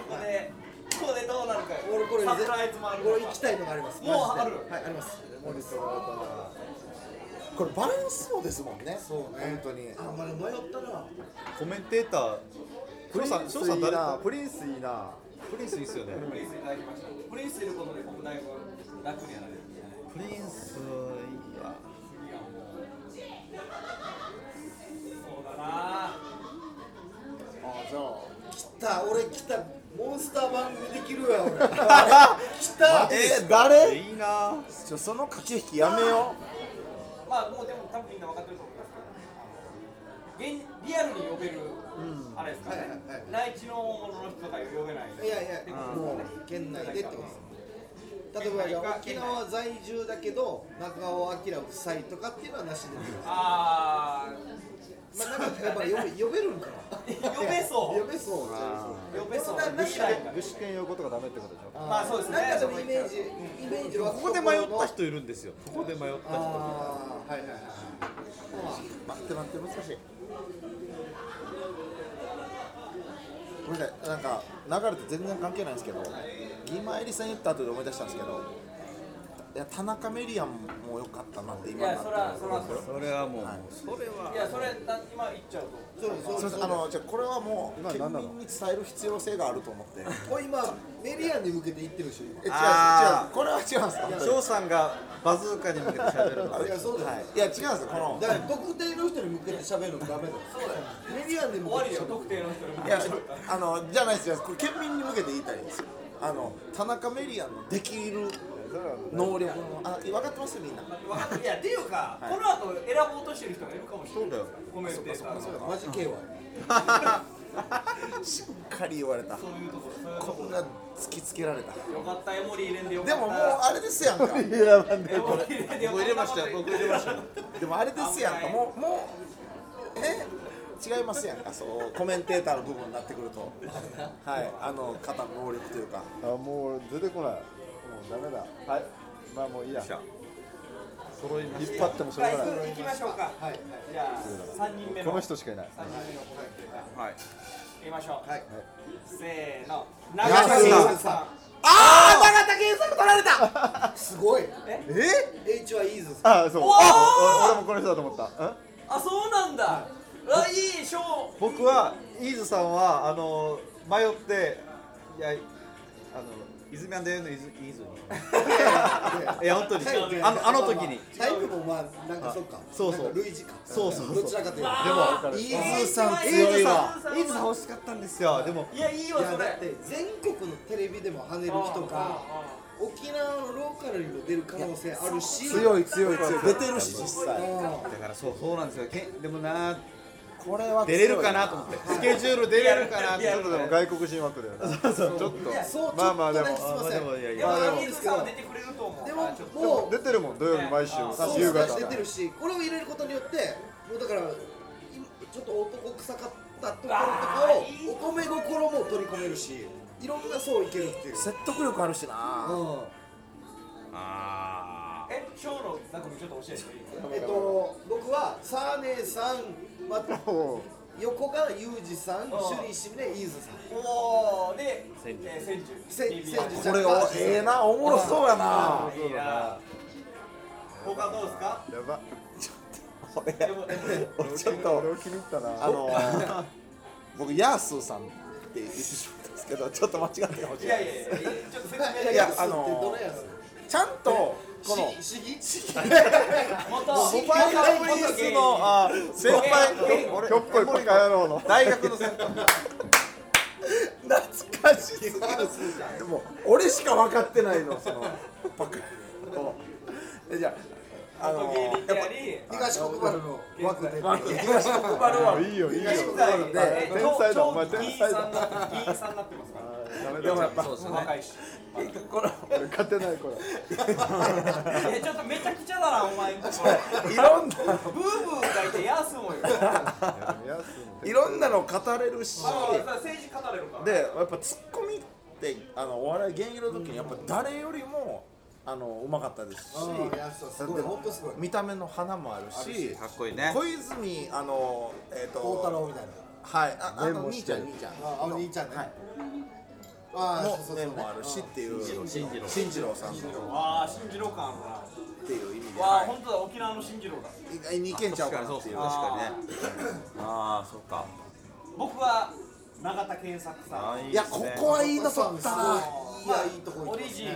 S3: こでここでどうなるか
S5: 俺これ
S3: サプライズもあるの
S5: こ
S3: か
S5: れ行きたいのがあります
S3: もう
S5: マジで
S3: ある
S5: はいありますモリス
S1: これバランスもですもんね
S5: そうね
S1: 本当に
S5: あんまり迷ったな
S4: コメンテーター
S2: プ
S4: 翔
S2: リ
S4: さ
S2: ン
S4: ん
S2: ス
S4: 翔さん
S2: いい
S4: 誰
S2: な
S4: か
S2: プリンスいいな
S4: プリンスいいっすよね
S3: プリンスいただきましたプリンスいることで僕だいぶ楽になれる
S4: プリンスいいわ
S3: 次はもうそうだな
S1: あじゃあ
S5: 来た俺来たモンスター番組できるわ俺来た
S1: え誰
S4: いいな
S1: ちょその駆け引きやめよ
S3: まあもうでも多分みんな分かってると思いますけど現リアルに呼べる、あれですかね、内地の大物の人とか呼べない
S5: いやいやも
S3: も
S5: う県内でってことです例えばじゃあ沖縄在住だけど中尾明夫妻とかっていうのはなしで
S3: あ
S5: まあなんかやっぱり呼べ呼べるんかな
S3: あ呼べそう
S5: 呼べそうな
S3: 呼べそう
S5: な
S3: 呼べないから
S2: 具志堅用語とかダメってことでしょ
S3: まあそうですね
S5: なんかでもイメージイメージは
S4: ここで迷った人いるんですよここで迷った人
S5: ああはいはいはい
S1: 待って待って難しいごめんなさいなんか流れと全然関係ないんですけどギマエリさん言った後で思い出したんですけどいや田中メリアンも良かったなって
S3: い
S1: 今な
S3: や
S1: って
S3: そらそらそ
S4: それはもう、それ
S3: ら
S4: はい
S3: やそれな今言っちゃうと
S5: そうそうそ
S1: すいませ
S5: うん
S1: あのじゃあこれはもう
S2: 今
S1: 県
S2: 何なの
S1: 民に伝える必要性があると思ってえ違う
S5: これ今メリアンに向けて言ってるでしょ
S1: 違う
S4: あー
S1: これは違うんです本当に
S4: 翔さんがバズーカに向けて喋るの
S5: 今いやそうだよ、
S1: はいいや違うんですよこの
S5: だから特定の人に向けて喋るのダメだよそうだよメリアンに向
S3: 終わ
S5: け
S3: り
S5: て
S3: よ
S5: 喋る
S3: 特定の人に
S1: いやあのじゃないですよこれ県民に向けて言いたいんですよあの田中メリアンのできる
S2: それはもう
S1: 能力のあ分かってますみんな
S3: わいやっていうか、
S1: はい
S3: この後選ぼうとしてる人がいるかもしれない
S4: そうだよ
S3: コメンテーターのそう
S5: マジ K は
S1: [LAUGHS] しっかり言われた
S3: いうとこそういうと
S1: こんな突きつけられた
S3: こよかったエモリー入れんでよかっ
S1: で
S3: た
S1: ももうあれですやんか
S3: エモリー入れんでよか
S4: 僕
S3: った
S4: 入れましたよ僕入れましたよ
S1: でもあれですやんかもうもうえ違いますやんかそうコメンテーターの部分になってくるとはいあの肩の能力というか
S2: あもう出てこないもうダメだはいまあもういいや
S4: しゃ
S2: 揃いま引っ張ってもしょうがない
S3: 行きましょうか
S5: はいはい
S3: じゃあ三人目の
S2: この人しかいない
S3: 三人目のコメンテーター
S4: はい
S3: 行きましょう
S5: はい
S3: せーの
S1: 長瀬
S3: 瀬
S1: さ
S5: ん
S3: さ
S1: ああ永田健作取られた
S5: すごい
S2: え
S5: H はイーズさ
S2: あそう
S3: おー
S2: あお俺もこの人だと思ったん
S3: んあそうなんだうわいい賞
S4: 僕はイーズさんはあの迷っていやあの泉アンドユーのイズイーズにいや本当にあのあの時に
S5: タイプもまあなんかそっか
S4: そうそう
S5: なんか類似か
S4: そうそうそう
S5: どちらかというと
S3: あ
S5: でも
S3: ー
S4: でも
S1: イーズさん
S4: イ
S1: 強
S4: ーズ
S1: い
S4: さ
S1: わ
S4: んイーズさん欲しかったんですよでも
S3: いやいい
S5: い
S3: わ
S5: や
S3: それ
S5: だって全国のテレビでも跳ねる人が沖縄のローカルにも出る可能性あるし
S1: 強い強い強い出てるし実
S5: う
S1: 際
S5: ん
S4: だからそうそうなんですよけでもな
S1: これは強
S4: 出
S1: い
S4: れるかなと思ってスケジュール出れるかなって
S3: いや
S2: ちょっとでも外国人枠だよねちょっと
S5: そうち
S2: ま
S5: ょ
S2: あ
S5: っ
S2: まあ
S5: と
S2: で
S5: だ
S2: も
S5: けすいません
S4: でもいやい
S3: い
S4: や
S3: や
S5: まあでも
S3: イーズさんは出てくれると思う
S5: で
S3: あちょっと
S5: ももう
S2: 出てるもん土曜日毎週
S3: あ
S5: そう
S2: 夕方
S5: 出てるしこれを入れることによってもうだから今ちょっと男臭かったところとか
S3: あーいい
S5: をお米心も取り込めるしいろんな層いけるっていう、
S1: 説得力あるしな
S5: う
S4: あ
S3: え、今日の座組ちょっと教えても
S5: え
S3: いい
S5: っと、僕はサーネーさん、ま、
S2: おう
S5: 横がユージさん、
S3: ああ
S5: シュリーシムネ、イーズさん。
S3: おー、で、
S4: 千住
S3: えー千住。
S5: 千
S3: ビビ
S5: 千住
S1: これをええなおもろそうやな
S3: あいいな。他どうですか
S2: やば
S3: でもでも
S1: ちょっと
S2: 俺を気に入ったな
S1: あのー、僕ヤースーさんって言ってしまったんですけどちょっと間違ってるかも
S3: い
S1: しれな
S3: や
S1: い
S3: いやい
S1: で
S3: や、
S1: す
S3: ちょっと説明
S5: いや
S1: いや
S5: やつって
S1: あ
S5: ど
S1: の
S5: のやつ
S1: ちゃんとこの
S5: 市議市議
S3: 元
S1: スパイダープリンスのあー先輩
S2: ひょっこいバカ野郎の
S4: 大学の先輩
S1: 懐かしいすぎるでも俺しか分かってないのそのバカをえじゃああの
S3: 芸
S1: ー
S3: 人であり、
S5: [LAUGHS] 東国原の枠で。
S1: まあ東国原
S2: あいいよいいよ
S3: 現在え
S2: 天才だお前
S3: 超超議
S2: 天
S3: 員
S2: 才
S3: さん
S2: だ
S3: な議員さんになってますから。
S2: ダメ
S1: でもやっぱ
S4: そうですよね
S3: 若いし。
S1: 結局この
S2: 俺勝てないこれ
S3: え、ちょっとめちゃくちゃだな、お前。ブ
S1: いろんな
S3: ーブー書いてやす
S1: [LAUGHS]
S3: もんよ。
S2: や
S1: いろんなの語れるし
S3: あの、政治語れるから。
S1: でやっぱツッコミってあのお笑い現役の時にやっぱ誰よりもあのうまかったですし
S5: ああやつはすごい本当すごい
S1: 見た目の花もあるし
S4: かっこいいね
S1: 小泉あのえっ、と
S5: 大太郎みたいな
S1: はいああ
S2: メ
S1: の
S2: モ
S1: 兄
S2: し
S1: ち
S2: て
S1: ゃ
S2: る
S1: ん兄ちゃん
S5: ああの兄ちゃんね
S1: はい
S5: ああそうそ
S1: の
S5: うそう
S1: 面もあるしっていう
S4: 信じろ
S1: 進次郎さんの
S3: わあ、新次郎感あるな。
S1: っていう意味で、
S3: わあ、
S1: は
S3: 本当だ、沖縄の新次郎だ。
S1: い、意外にいけんちゃう
S4: 確
S1: か
S4: かにそ
S1: な
S4: う
S1: っ
S4: ってす
S1: い
S4: ね
S1: う
S4: 確かにねああそっか
S3: 僕は永田健作さん。
S4: あー
S1: いやここはいいのとっ
S5: す
S1: た
S5: ごいいやいいとこ行
S3: オ
S5: ってま
S3: リ
S5: す
S3: ジン
S5: ね、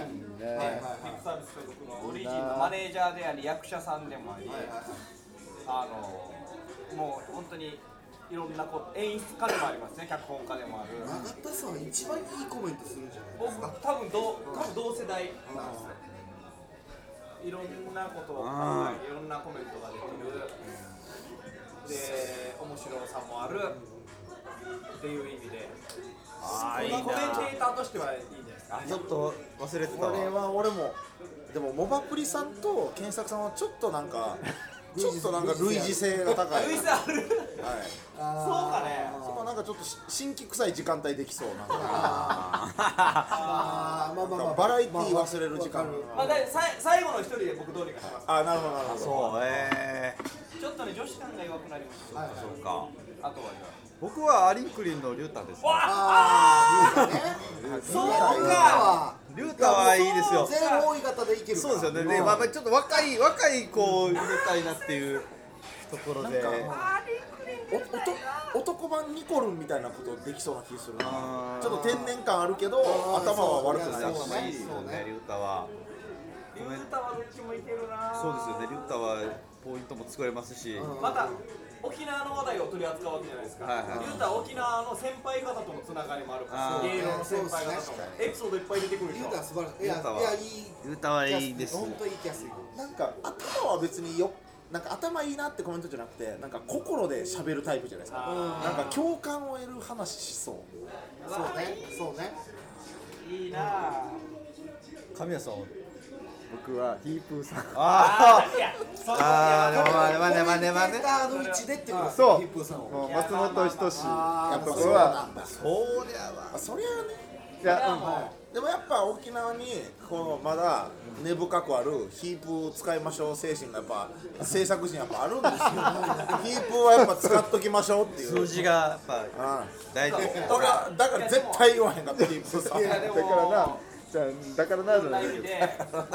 S3: ね、フィップサービス所属のオリジンのマネージャーであり役者さんでもあり、あのもう本当にいろんなこと演出家でもありますね脚本家でもある
S5: 永田さんは一番いいコメントするんじゃない
S3: 僕多分同多分同世代なんですよいろんなことを考えるいろんなコメントができるで面白さもあるっていう意味で
S4: ああいい
S3: コメン
S4: な
S3: テーターとしてはいいんじゃないですか
S4: ちょっと忘れてた
S1: これ
S4: わ
S1: は俺もでもモバプリさんと健作さんはちょっとなん [LAUGHS] かちょっとなんか類似性が高い
S3: ルイスある
S1: はい
S3: そう
S5: あ
S3: かね
S1: そこなんかちょっとし新規臭い時間帯できそうなんか
S5: ああまあまあまあ
S1: バラエティー忘れる時間
S3: まあ、だいさい最後の一人で僕どうにかします
S1: あなるほどなるほど
S4: そうええ
S3: ちょっとね女子感が弱くなりました、
S5: はい
S4: そうか
S3: あとは
S4: 僕はアリンクリンのリュータですね
S5: ああ
S3: そ
S5: そ
S3: う
S5: う
S3: か
S5: か
S4: リュータはいいですよ
S5: 全部多い方でいける
S4: そうですよね
S5: ね
S4: で、まあ、まあちょっと若い若い子を入れたいなっていうところで
S1: なんおおと男版ニコルンみたいなことできそうな気するな
S4: あー
S1: ちょっと天然感あるけど
S5: ー
S1: 頭は悪く
S5: そう
S1: ない
S5: そう
S1: し
S4: 頭いいですよねリュータは
S3: リュウタはどっちもいけるな
S4: そうですよねリュータはポイントも作れますし
S3: また沖縄の話題を取り扱うわけじゃないですか、
S4: はいはい
S3: リュウタは沖縄の先輩方とのつながりもあるか
S4: あ
S3: ら
S4: ー
S3: 芸能の先輩方
S5: そう
S3: と
S5: です
S3: エピソードいっぱい出てくるで
S5: リュ
S3: しょ
S5: ウタは素晴らしいい
S4: リュウタ
S5: や
S4: はい
S5: やいい
S4: リュータはいいです
S5: 本当いいキャスティング
S1: なんか頭は別によなんか頭いいなってコメントじゃなくてなんか心で喋るタイプじゃないですか
S3: あ
S1: なんか共感を得る話しそう
S5: そうねそうね
S3: ーいいなあ
S4: 神谷さんは
S2: 僕はヒープーさん
S4: あ
S3: いやそ
S4: あ
S3: う
S4: ああでもまあまあねまあ
S5: コメン
S4: ねまあ
S5: テ
S4: ね
S5: ーターの位置でってことです
S2: そう
S5: ヒップーさんを
S2: もう松本人志
S5: あ
S1: や
S5: ー
S1: っぱ
S2: そ
S1: そうう
S2: な
S1: なんんだ
S4: そうりゃわ
S1: そりゃあね
S2: いやうん
S1: でもやっぱ沖縄にこうまだ根深くあるヒープを使いましょう精神がやっぱ制作陣やっぱあるんですよヒープはやっぱ使っときましょうっていう
S4: [LAUGHS] 数字がやっ
S1: うんだ
S4: ぱ大事ですね
S1: からだから絶対言わへんかったヒープさん
S5: いや
S3: でも
S2: だからなじゃあだからなじゃ
S3: な
S2: ない
S3: 意
S2: い
S3: 味
S2: けど
S3: で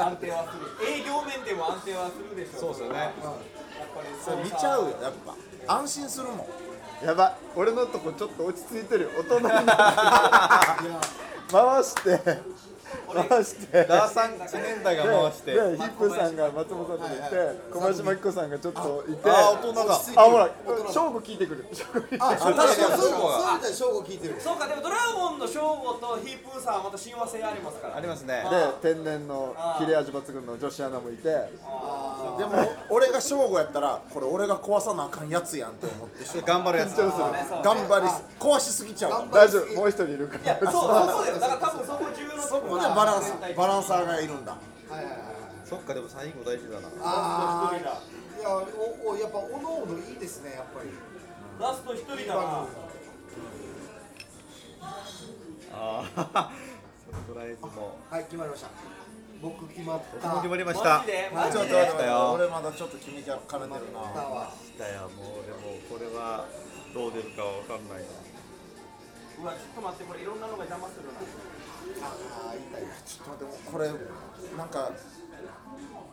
S3: 安定はする営業面でも安定はするでしょ
S4: そうですよね
S3: やっぱり
S1: それ見ちゃうよやっぱ安心するもん
S2: やばい俺のとこちょっと落ち着いてる大人に [LAUGHS] なってる回して回して
S4: ダーさん知念台が回して
S2: でヒップさんが松本さんといて小林真紀子さんがちょっといて
S4: ああ大人だ
S2: あほら [LAUGHS] 勝負聞いてくる
S5: あ、確かにそういう
S4: そうか
S5: そういう正午聞いてる
S3: そうかでもドラゴンのショーゴとヒープーさんはまた親和性ありますから
S4: ありますね
S2: で天然の切れ味抜群の女子アナもいて
S1: でも俺が省吾やったらこれ俺が壊さなあかんやつやんって思ってしまう
S4: 頑張るやつ
S2: 緊張する
S1: 頑張りす壊しすぎちゃう
S5: 頑張
S2: 大丈夫もう一人いるか
S3: いや、そう、
S2: ら
S3: そうそうだよ。だから多分そこ重要な
S1: そこでバランスバランサーがいるんだ
S5: はいはいはいはい
S4: そっかでも最後大事だな
S5: あ
S3: ラス
S5: ーいやおおやっぱおのおのいいですねやっぱり
S3: ラスト一人だな。
S4: ああサプライズも
S5: はい決まりました僕決まっ
S4: 僕も
S5: た
S4: 決まりました
S3: マジで
S5: マジで
S4: ちょっと待ってたよ
S1: 俺まだちょっと決めきゃかねてる
S5: た
S1: な
S5: わ
S4: 来たよもう俺もうこれはどう出るかわかんないな
S3: うわちょっと待ってこれいろんなのが邪魔するな
S5: あー痛い
S1: ちょっと待ってこれなんか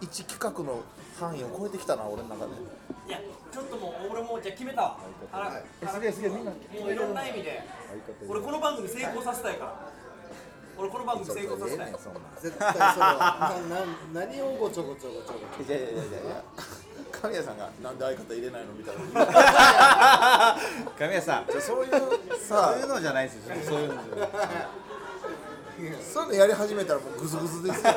S1: 一企画の範囲を超えてきたな俺の中で
S3: いやちょっともう俺もうじゃあ決めたわ腹すげえすげえみんなもういろんな意味で俺この番組成功させたいから俺この番組成功させたい
S1: そんな
S5: 絶対そうだなな何をごちょごちょごちょごちょ
S1: いやいやいやいや神谷さんがなんで相方入れないのみたいな
S4: 神谷さん
S1: そういうさ
S4: そういうのじゃないですよそういうのじゃない
S1: そういうのやり始めたらもうグズグズですよ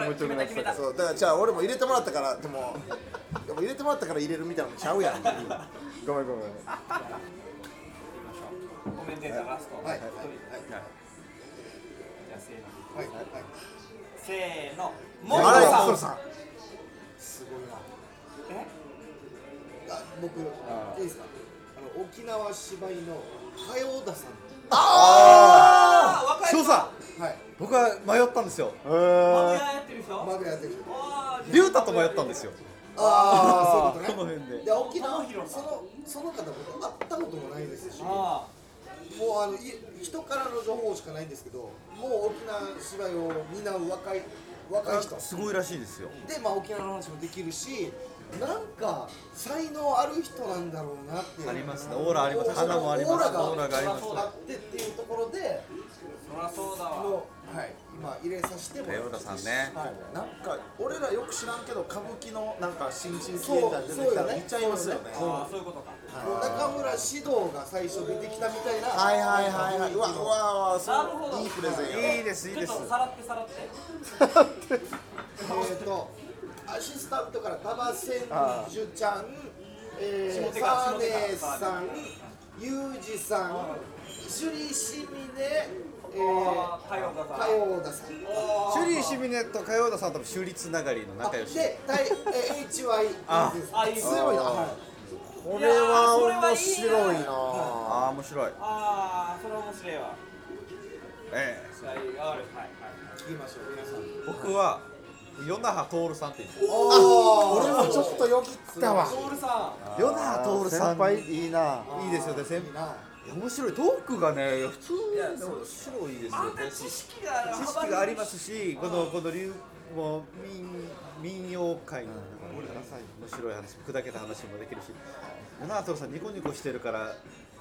S3: 俺決めた決めた
S1: そうだからじゃあ俺も入れてもらったからでもでも入れてもらったから入れるみたいなのちゃうやん
S2: ごめんごめん
S3: コメンテーターラスト
S5: はいはいはい
S3: じゃあせーの
S5: はいはいはい
S3: せーのモ
S1: 笑い
S3: さ
S1: 心
S3: ん
S1: さん
S5: すごいな
S3: え
S5: あ僕いいですかあの沖縄芝居のかようださん
S4: あ
S3: あ若い
S4: 翔
S3: 人
S4: さん
S5: はい
S4: 僕は迷ったんですよ
S3: マグ
S2: え
S3: ヤやってる人
S5: マグやってる人
S3: わー
S4: 龍太と迷ったんですよ
S5: ああそういうこ
S4: こ
S5: と
S4: の
S5: ね
S4: 辺で
S5: いや沖縄
S3: あ広
S5: そのその方僕会ったこともないですしもう
S3: あ
S5: あのい人からの情報しかないんですけどもう沖縄芝居を担う若い若い人
S4: すごいらしいですよ
S5: でまあ沖縄の話もできるしなんか才能ある人なんだろうなっていう
S4: ありますねオーラあります
S5: その
S4: 花もあります
S5: オーラが
S4: オーラがあります
S5: あってっていうところで
S3: ーそりゃそうだわ
S5: もうはい今入れさせてもらいま
S4: 豊田
S5: し
S4: さんね
S1: はい、なんか俺らよく知らんけど歌舞伎のなんか新進気鋭
S5: そう
S1: みたいなの出てきた
S5: そうよ
S1: ら
S5: ね
S1: 見ちゃいますよね
S3: ああそういうことか
S5: もう中村獅童が最初出てきたみたいな
S1: はいはいはいはいうわうわうわそ
S3: なるほど
S1: ういいプレゼンや
S4: いいですい
S3: ちょ
S4: いで
S3: っ
S4: す
S3: とさらってさらって
S5: えー、とアシスタントからタバセンジュちゃん、え
S3: 下
S5: ー、
S3: 手か
S5: サーネー
S3: 下手か
S5: さん、ユージさん、シュリシミネ、えー、
S3: ああ太陽だ
S5: カヨーダさん。
S4: シュリー・シミネと嘉陽田さんとも修理つながりの
S5: あ
S4: 仲良し
S5: で、タイえー HY
S4: あ
S5: です。
S3: あいい
S1: 強いなこれは面白いな
S4: ああ面白い
S3: ああそれ面白いわ
S4: ええ
S3: はいあるはいはい
S5: 聞きましょう、皆さん。
S4: 僕は与那覇徹さんっていうんです
S1: 俺もちょっとよぎったわ
S3: ソウルさん
S4: よな徹さん
S2: 先輩いいない
S4: いですよね先
S5: いい
S4: 輩
S5: な。
S4: いや面白いトークがねいや普通に
S3: いや
S4: 面
S3: そう
S4: 白いです
S3: あ
S4: よ
S3: んな知識がある
S4: 知識がありますすし、このこの流もう民民謡界のなんか面白い話、砕けた話もできるし、七トさんニコニコしてるから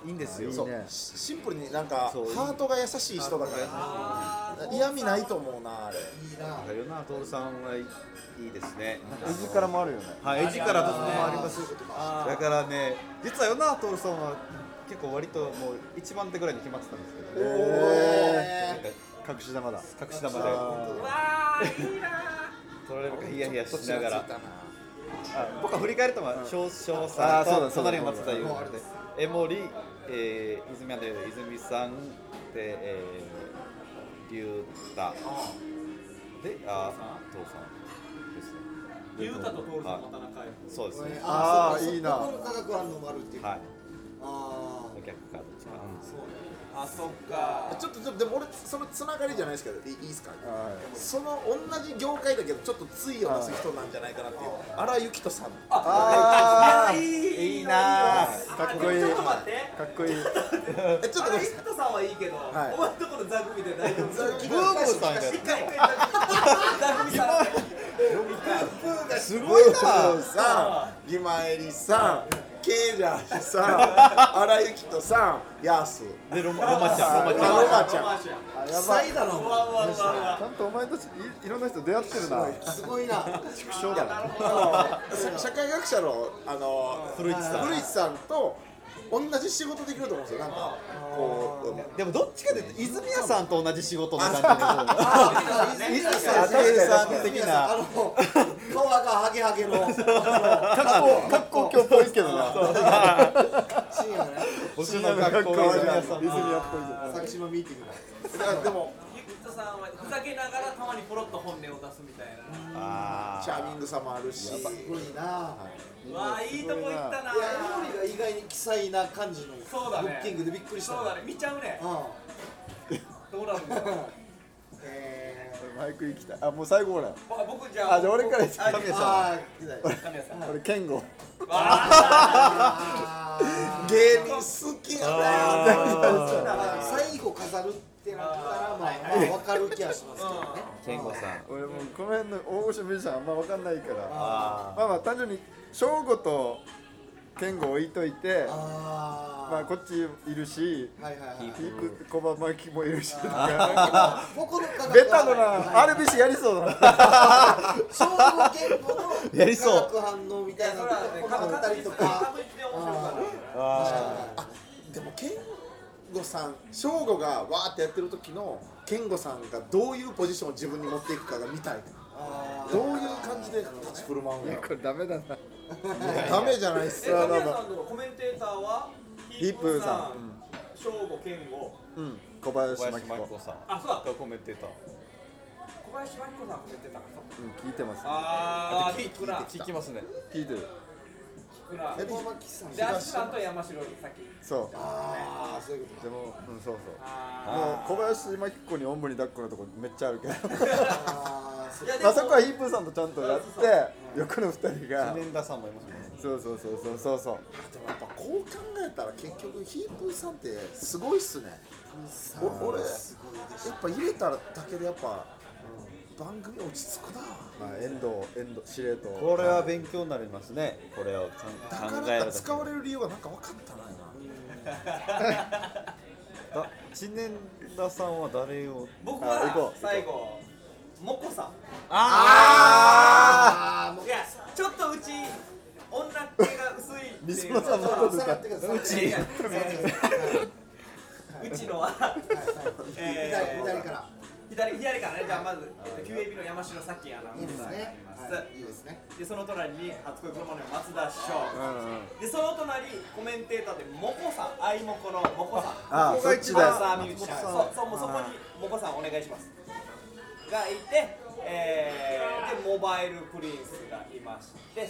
S4: いいんですよ。
S2: いい
S1: そう
S2: ね
S1: シシンプルになんか
S4: そう
S1: ハートが優しい人だから嫌味ないと思うなあれ
S5: いいな。
S4: ヨナトさんはいいいですね。
S2: 絵力もあるよね
S4: はい、絵力とかもあります
S5: そういうことか。
S4: だからね、実はヨナトさんは結構割ともう一番手ぐらいに決まってたんですけど、
S2: えー、隠し玉だ
S4: 隠し玉で
S3: わあいいな
S4: 取られるかヒヤヒヤしながら。あ僕は振り返るとまあ翔翔さん
S2: あーそうだ
S4: と
S2: そうだ
S4: 隣に松田優
S5: もうあれ
S4: で
S5: です
S4: 江守えー泉アンド泉さんでえー龍太であー父さんですね
S3: ゆうたとトールさん
S4: は
S3: また仲良
S4: いそうですね
S5: あ
S2: あー
S5: ー、そうか
S2: いいな
S5: そこの科学反応もあるっていう。
S4: はい
S5: あ
S4: お客かどっちか
S3: あそっか
S1: ちょっとちょっとでも俺そのつながりじゃないですけどいいいですか
S2: は
S1: その同じ業界だけどちょっとついを出す人なんじゃないかなっていう荒井由紀人さん
S2: あ
S3: いやいい
S4: いいな
S3: あ
S2: かっこいい
S3: ちょっと待って
S2: いかっこいい
S1: えちょ
S3: あ
S1: っと
S3: れ
S1: ごめんな
S3: ヒ
S1: さい
S3: ットさんはいいけど、
S1: はい
S3: お前んとこのザグビで大丈夫ザグビ
S4: ブーブーさん
S3: 一
S4: が
S3: 回一回ザグビさん
S4: すごい
S1: 工藤
S4: な
S1: さん、ギマエリさん、ケイジャーさん、荒井由紀人さん、ヤス。
S4: でロマロマちゃんロマちゃん
S1: ロマちゃん
S3: ロマちゃん
S2: あやば
S5: 臭
S2: い
S5: いだ
S3: う
S5: ろ。
S3: わうわうわうわ
S2: ちゃんとお前たちいいろんな人出会ってるな
S5: すごいな。
S2: 畜生だな
S1: 社社会学者のあの
S4: 古市さん
S1: 古市さんと同じ仕事できると思うんですよ。なんかこううん
S4: でもどっちかというと泉谷さんと同じ仕事の感じで
S5: 伊豆
S4: さん
S2: 確かに
S4: さん的な
S5: あの顔がハゲハゲの
S2: 格好今日っぽいけどな
S5: シーンやね
S2: [LAUGHS]
S4: 星
S2: な
S4: の
S2: んか
S4: 格
S2: 格好
S4: 好
S2: いいじ
S4: 泉
S2: ゃん泉
S4: 谷さん
S2: 谷っぽいじゃん
S5: 作島ミーティングだ
S1: だからでも
S3: ゆきとさんはふざけながらたまにポロッと本音を出すみたいな
S4: あ
S1: チャーミングさもあるし、
S5: すごいな
S3: うわいいとこ行ったない
S5: や料理が意外に奇才な感じの
S3: そうだ
S5: ブ
S3: ね
S5: ッキングでびっくりした
S3: そうだね見ちゃうね
S5: うん
S3: どうなるんだろう
S2: 早く行きたいあもう最後俺
S3: ぼ僕じゃあ
S2: あじゃあ俺から行きたい
S4: 神谷さ
S5: あー来たよ
S3: 神谷さん
S2: 俺健吾
S5: あー
S2: 芸人好きやな
S5: だから最後飾るってなったらまあまあ分かる気はしますけどね
S4: ん健吾さん
S2: 俺もうこの辺の大御所ミュージシャンあんま分かんないから
S4: あ
S2: まあまあ単純に省吾と健吾置いといて
S5: あ
S2: まあこっちいるし
S5: あはいはいはい
S2: ピーク小バ巻きもいるしと [LAUGHS] か
S5: 僕の科学は
S2: ベタだな
S5: はい
S2: RBC やりそうだな
S5: 小の言語の
S4: やりそう
S5: 化学反応み
S3: いや
S5: たいなの
S3: そ
S5: と
S3: れはね
S5: か語ったりとか
S3: 確率で面白かった
S1: あでも健吾さん省吾がわーってやってる時の健吾さんがどういうポジションを自分に持っていくかが見たいどういう感じで立ち振る舞うんや
S2: これダメだな
S1: ダメじゃないっす
S3: え、
S1: よ
S3: 神谷さんのコメンテーターは
S2: ヒップーさん
S3: ショーゴ健吾
S2: うん小林真
S4: 小林
S2: 紀
S4: 真紀
S2: 子
S4: 子さん
S3: あ、そうだ
S4: がコメンテーター
S3: 小林真紀子さんコメンテーターか
S2: うん聞いてます
S3: あー、聞くな聞
S4: 聞きますね
S2: 聞いてる
S3: くな
S5: 小牧さん
S3: で、アシさんと山城さっき
S2: そ
S5: ああそういうこ
S2: うでもうんそうそうも
S3: あ
S2: う小林真紀子におんぶに抱っこのとこめっちゃあるけど [LAUGHS]
S5: とあー
S3: ー
S5: そう
S3: いやでも
S2: あそこはヒープーさんとちゃんとやって横の二人が
S4: レンダーさんもいますもんね
S2: そうそうそうそうそうそう
S1: でもやっぱこう考えたら結局ヒープーさんってすごいっすねお俺やっぱ入れただけでやっぱ、番組落ち着くな
S2: まあ遠藤遠藤司令塔
S4: これは勉強になりますねこれをちゃん
S1: だ
S4: 考
S1: か
S4: え
S1: ら
S4: る
S1: か使われ
S4: る
S1: る理由がなんか分かったな今
S4: 知念田さんは誰を
S3: 僕
S2: あ行こ
S3: は
S2: う
S3: 最後モコさん
S4: あ
S5: あーもう
S3: いや、ちょっとうち女系が薄いって
S2: 水
S3: いう
S2: 野さんもどうです
S5: 下が
S2: か
S5: ってくださいう
S3: ちうちのは
S5: 左
S3: えー
S5: 左から
S3: 左左からね、じゃあまず、えっと、QAB の山城さきアナウン
S5: いいです
S3: サーがい
S5: ね
S3: ます、
S5: はいいいですね
S3: でその隣に初恋プロマネの松田師
S2: うん
S3: 匠
S2: うん
S3: でその隣コメンテーターでモコさん愛モコのモコさん
S2: ああそっちだよ
S3: アンサーミュージシャン
S2: 松本
S3: そ
S2: さん
S3: うそうもうそこにモコさんお願いしますがいて、えー、でモバイルプリンスがいまして、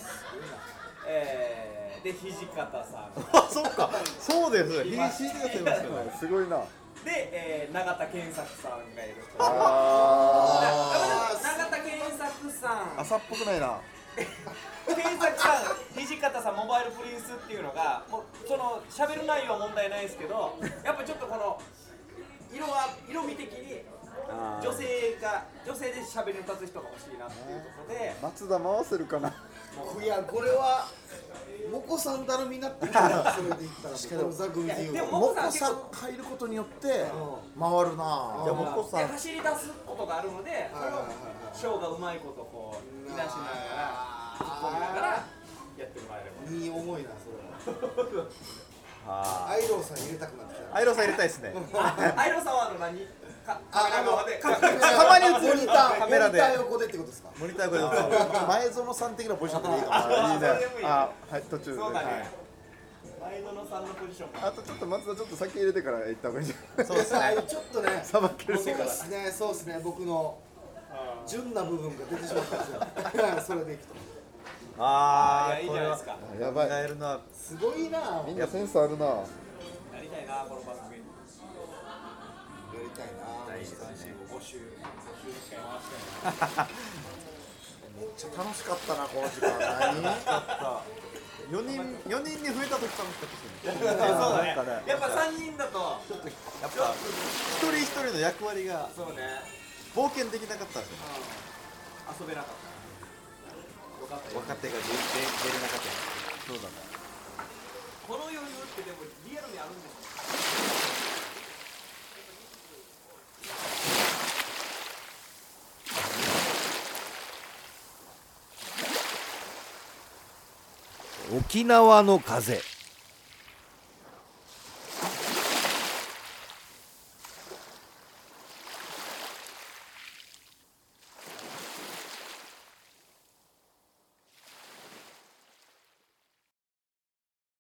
S3: えー、で土方さん
S4: あそっかそうですね東出が出ますよ
S2: [LAUGHS] すご
S4: ね
S2: いな
S3: で、えー、永田健作さんがいる
S2: あ
S3: 永田健作さん
S2: 朝っぽくないな
S3: 検索さん、土方さん、モバイルプリンスっていうのが、もうその喋る内容は問題ないですけど、やっぱちょっとこの色は色味的に女性が女性で喋り立つ人が欲しいなっていうことで、
S2: 松田回せるかない
S5: やこれはモコさん頼みになってるからそれで言ったら
S1: 確かに
S5: もうザ軍
S3: いや
S5: 人
S3: で
S5: は
S3: も
S1: モコさん入ることによって回る
S2: や
S1: なぁ
S2: もこさん
S3: で走り出すことがあるので、それをショーがうまいことこういなしながら、突っ込みながらやってもらえれば。
S5: いい思いなそれは
S4: あ
S5: アイローさん入れたくなってき
S4: アイロンさん入れたいですね
S3: あアイロンさんはあの何？かカメラ側で。
S5: た
S4: たまに映る
S5: モニター
S4: カメラで
S5: モニター横でってことですか
S4: モニターこれです
S1: 前園さん的なポジションでいいかもしれない
S2: あいいね
S3: それでもいいね
S2: あはい途中で
S3: そうだ
S2: は
S3: ね
S2: い。
S3: 前園さんのポジションが。
S2: あとちょっと松田ちょっと先入れてから行った方がいいんじゃない
S4: そう [LAUGHS] ですね
S5: はいちょっとね
S2: さばける
S5: そう
S2: か
S5: で
S2: ら
S5: すねそうですね僕の純な部分が出てしまったんですよ [LAUGHS] それでいくと
S4: あ
S3: あ
S4: あ
S3: いやいいじゃないですか。
S2: やば
S4: 考
S2: い
S4: えるな
S5: すごいなぁ
S2: みん
S5: や
S2: なセンスあるな
S3: やりたいなこの番組。
S5: りたいなぁ
S3: 五週五週しかやま
S1: めっちゃ楽しかったなこの時間何
S4: 四人四人に増えた時楽しかったですね
S3: してない。そうだね
S4: なんかね。
S3: やっぱ三人だと
S4: ちょっとやっぱ一人一人の役割が
S3: そうね
S4: 冒険できなかったんですよ
S3: 遊べなかった。よかったよ。
S4: 若手が出出れなかったそうだね
S3: この余裕ってでもリアルにあるんですよ。
S6: 沖縄の風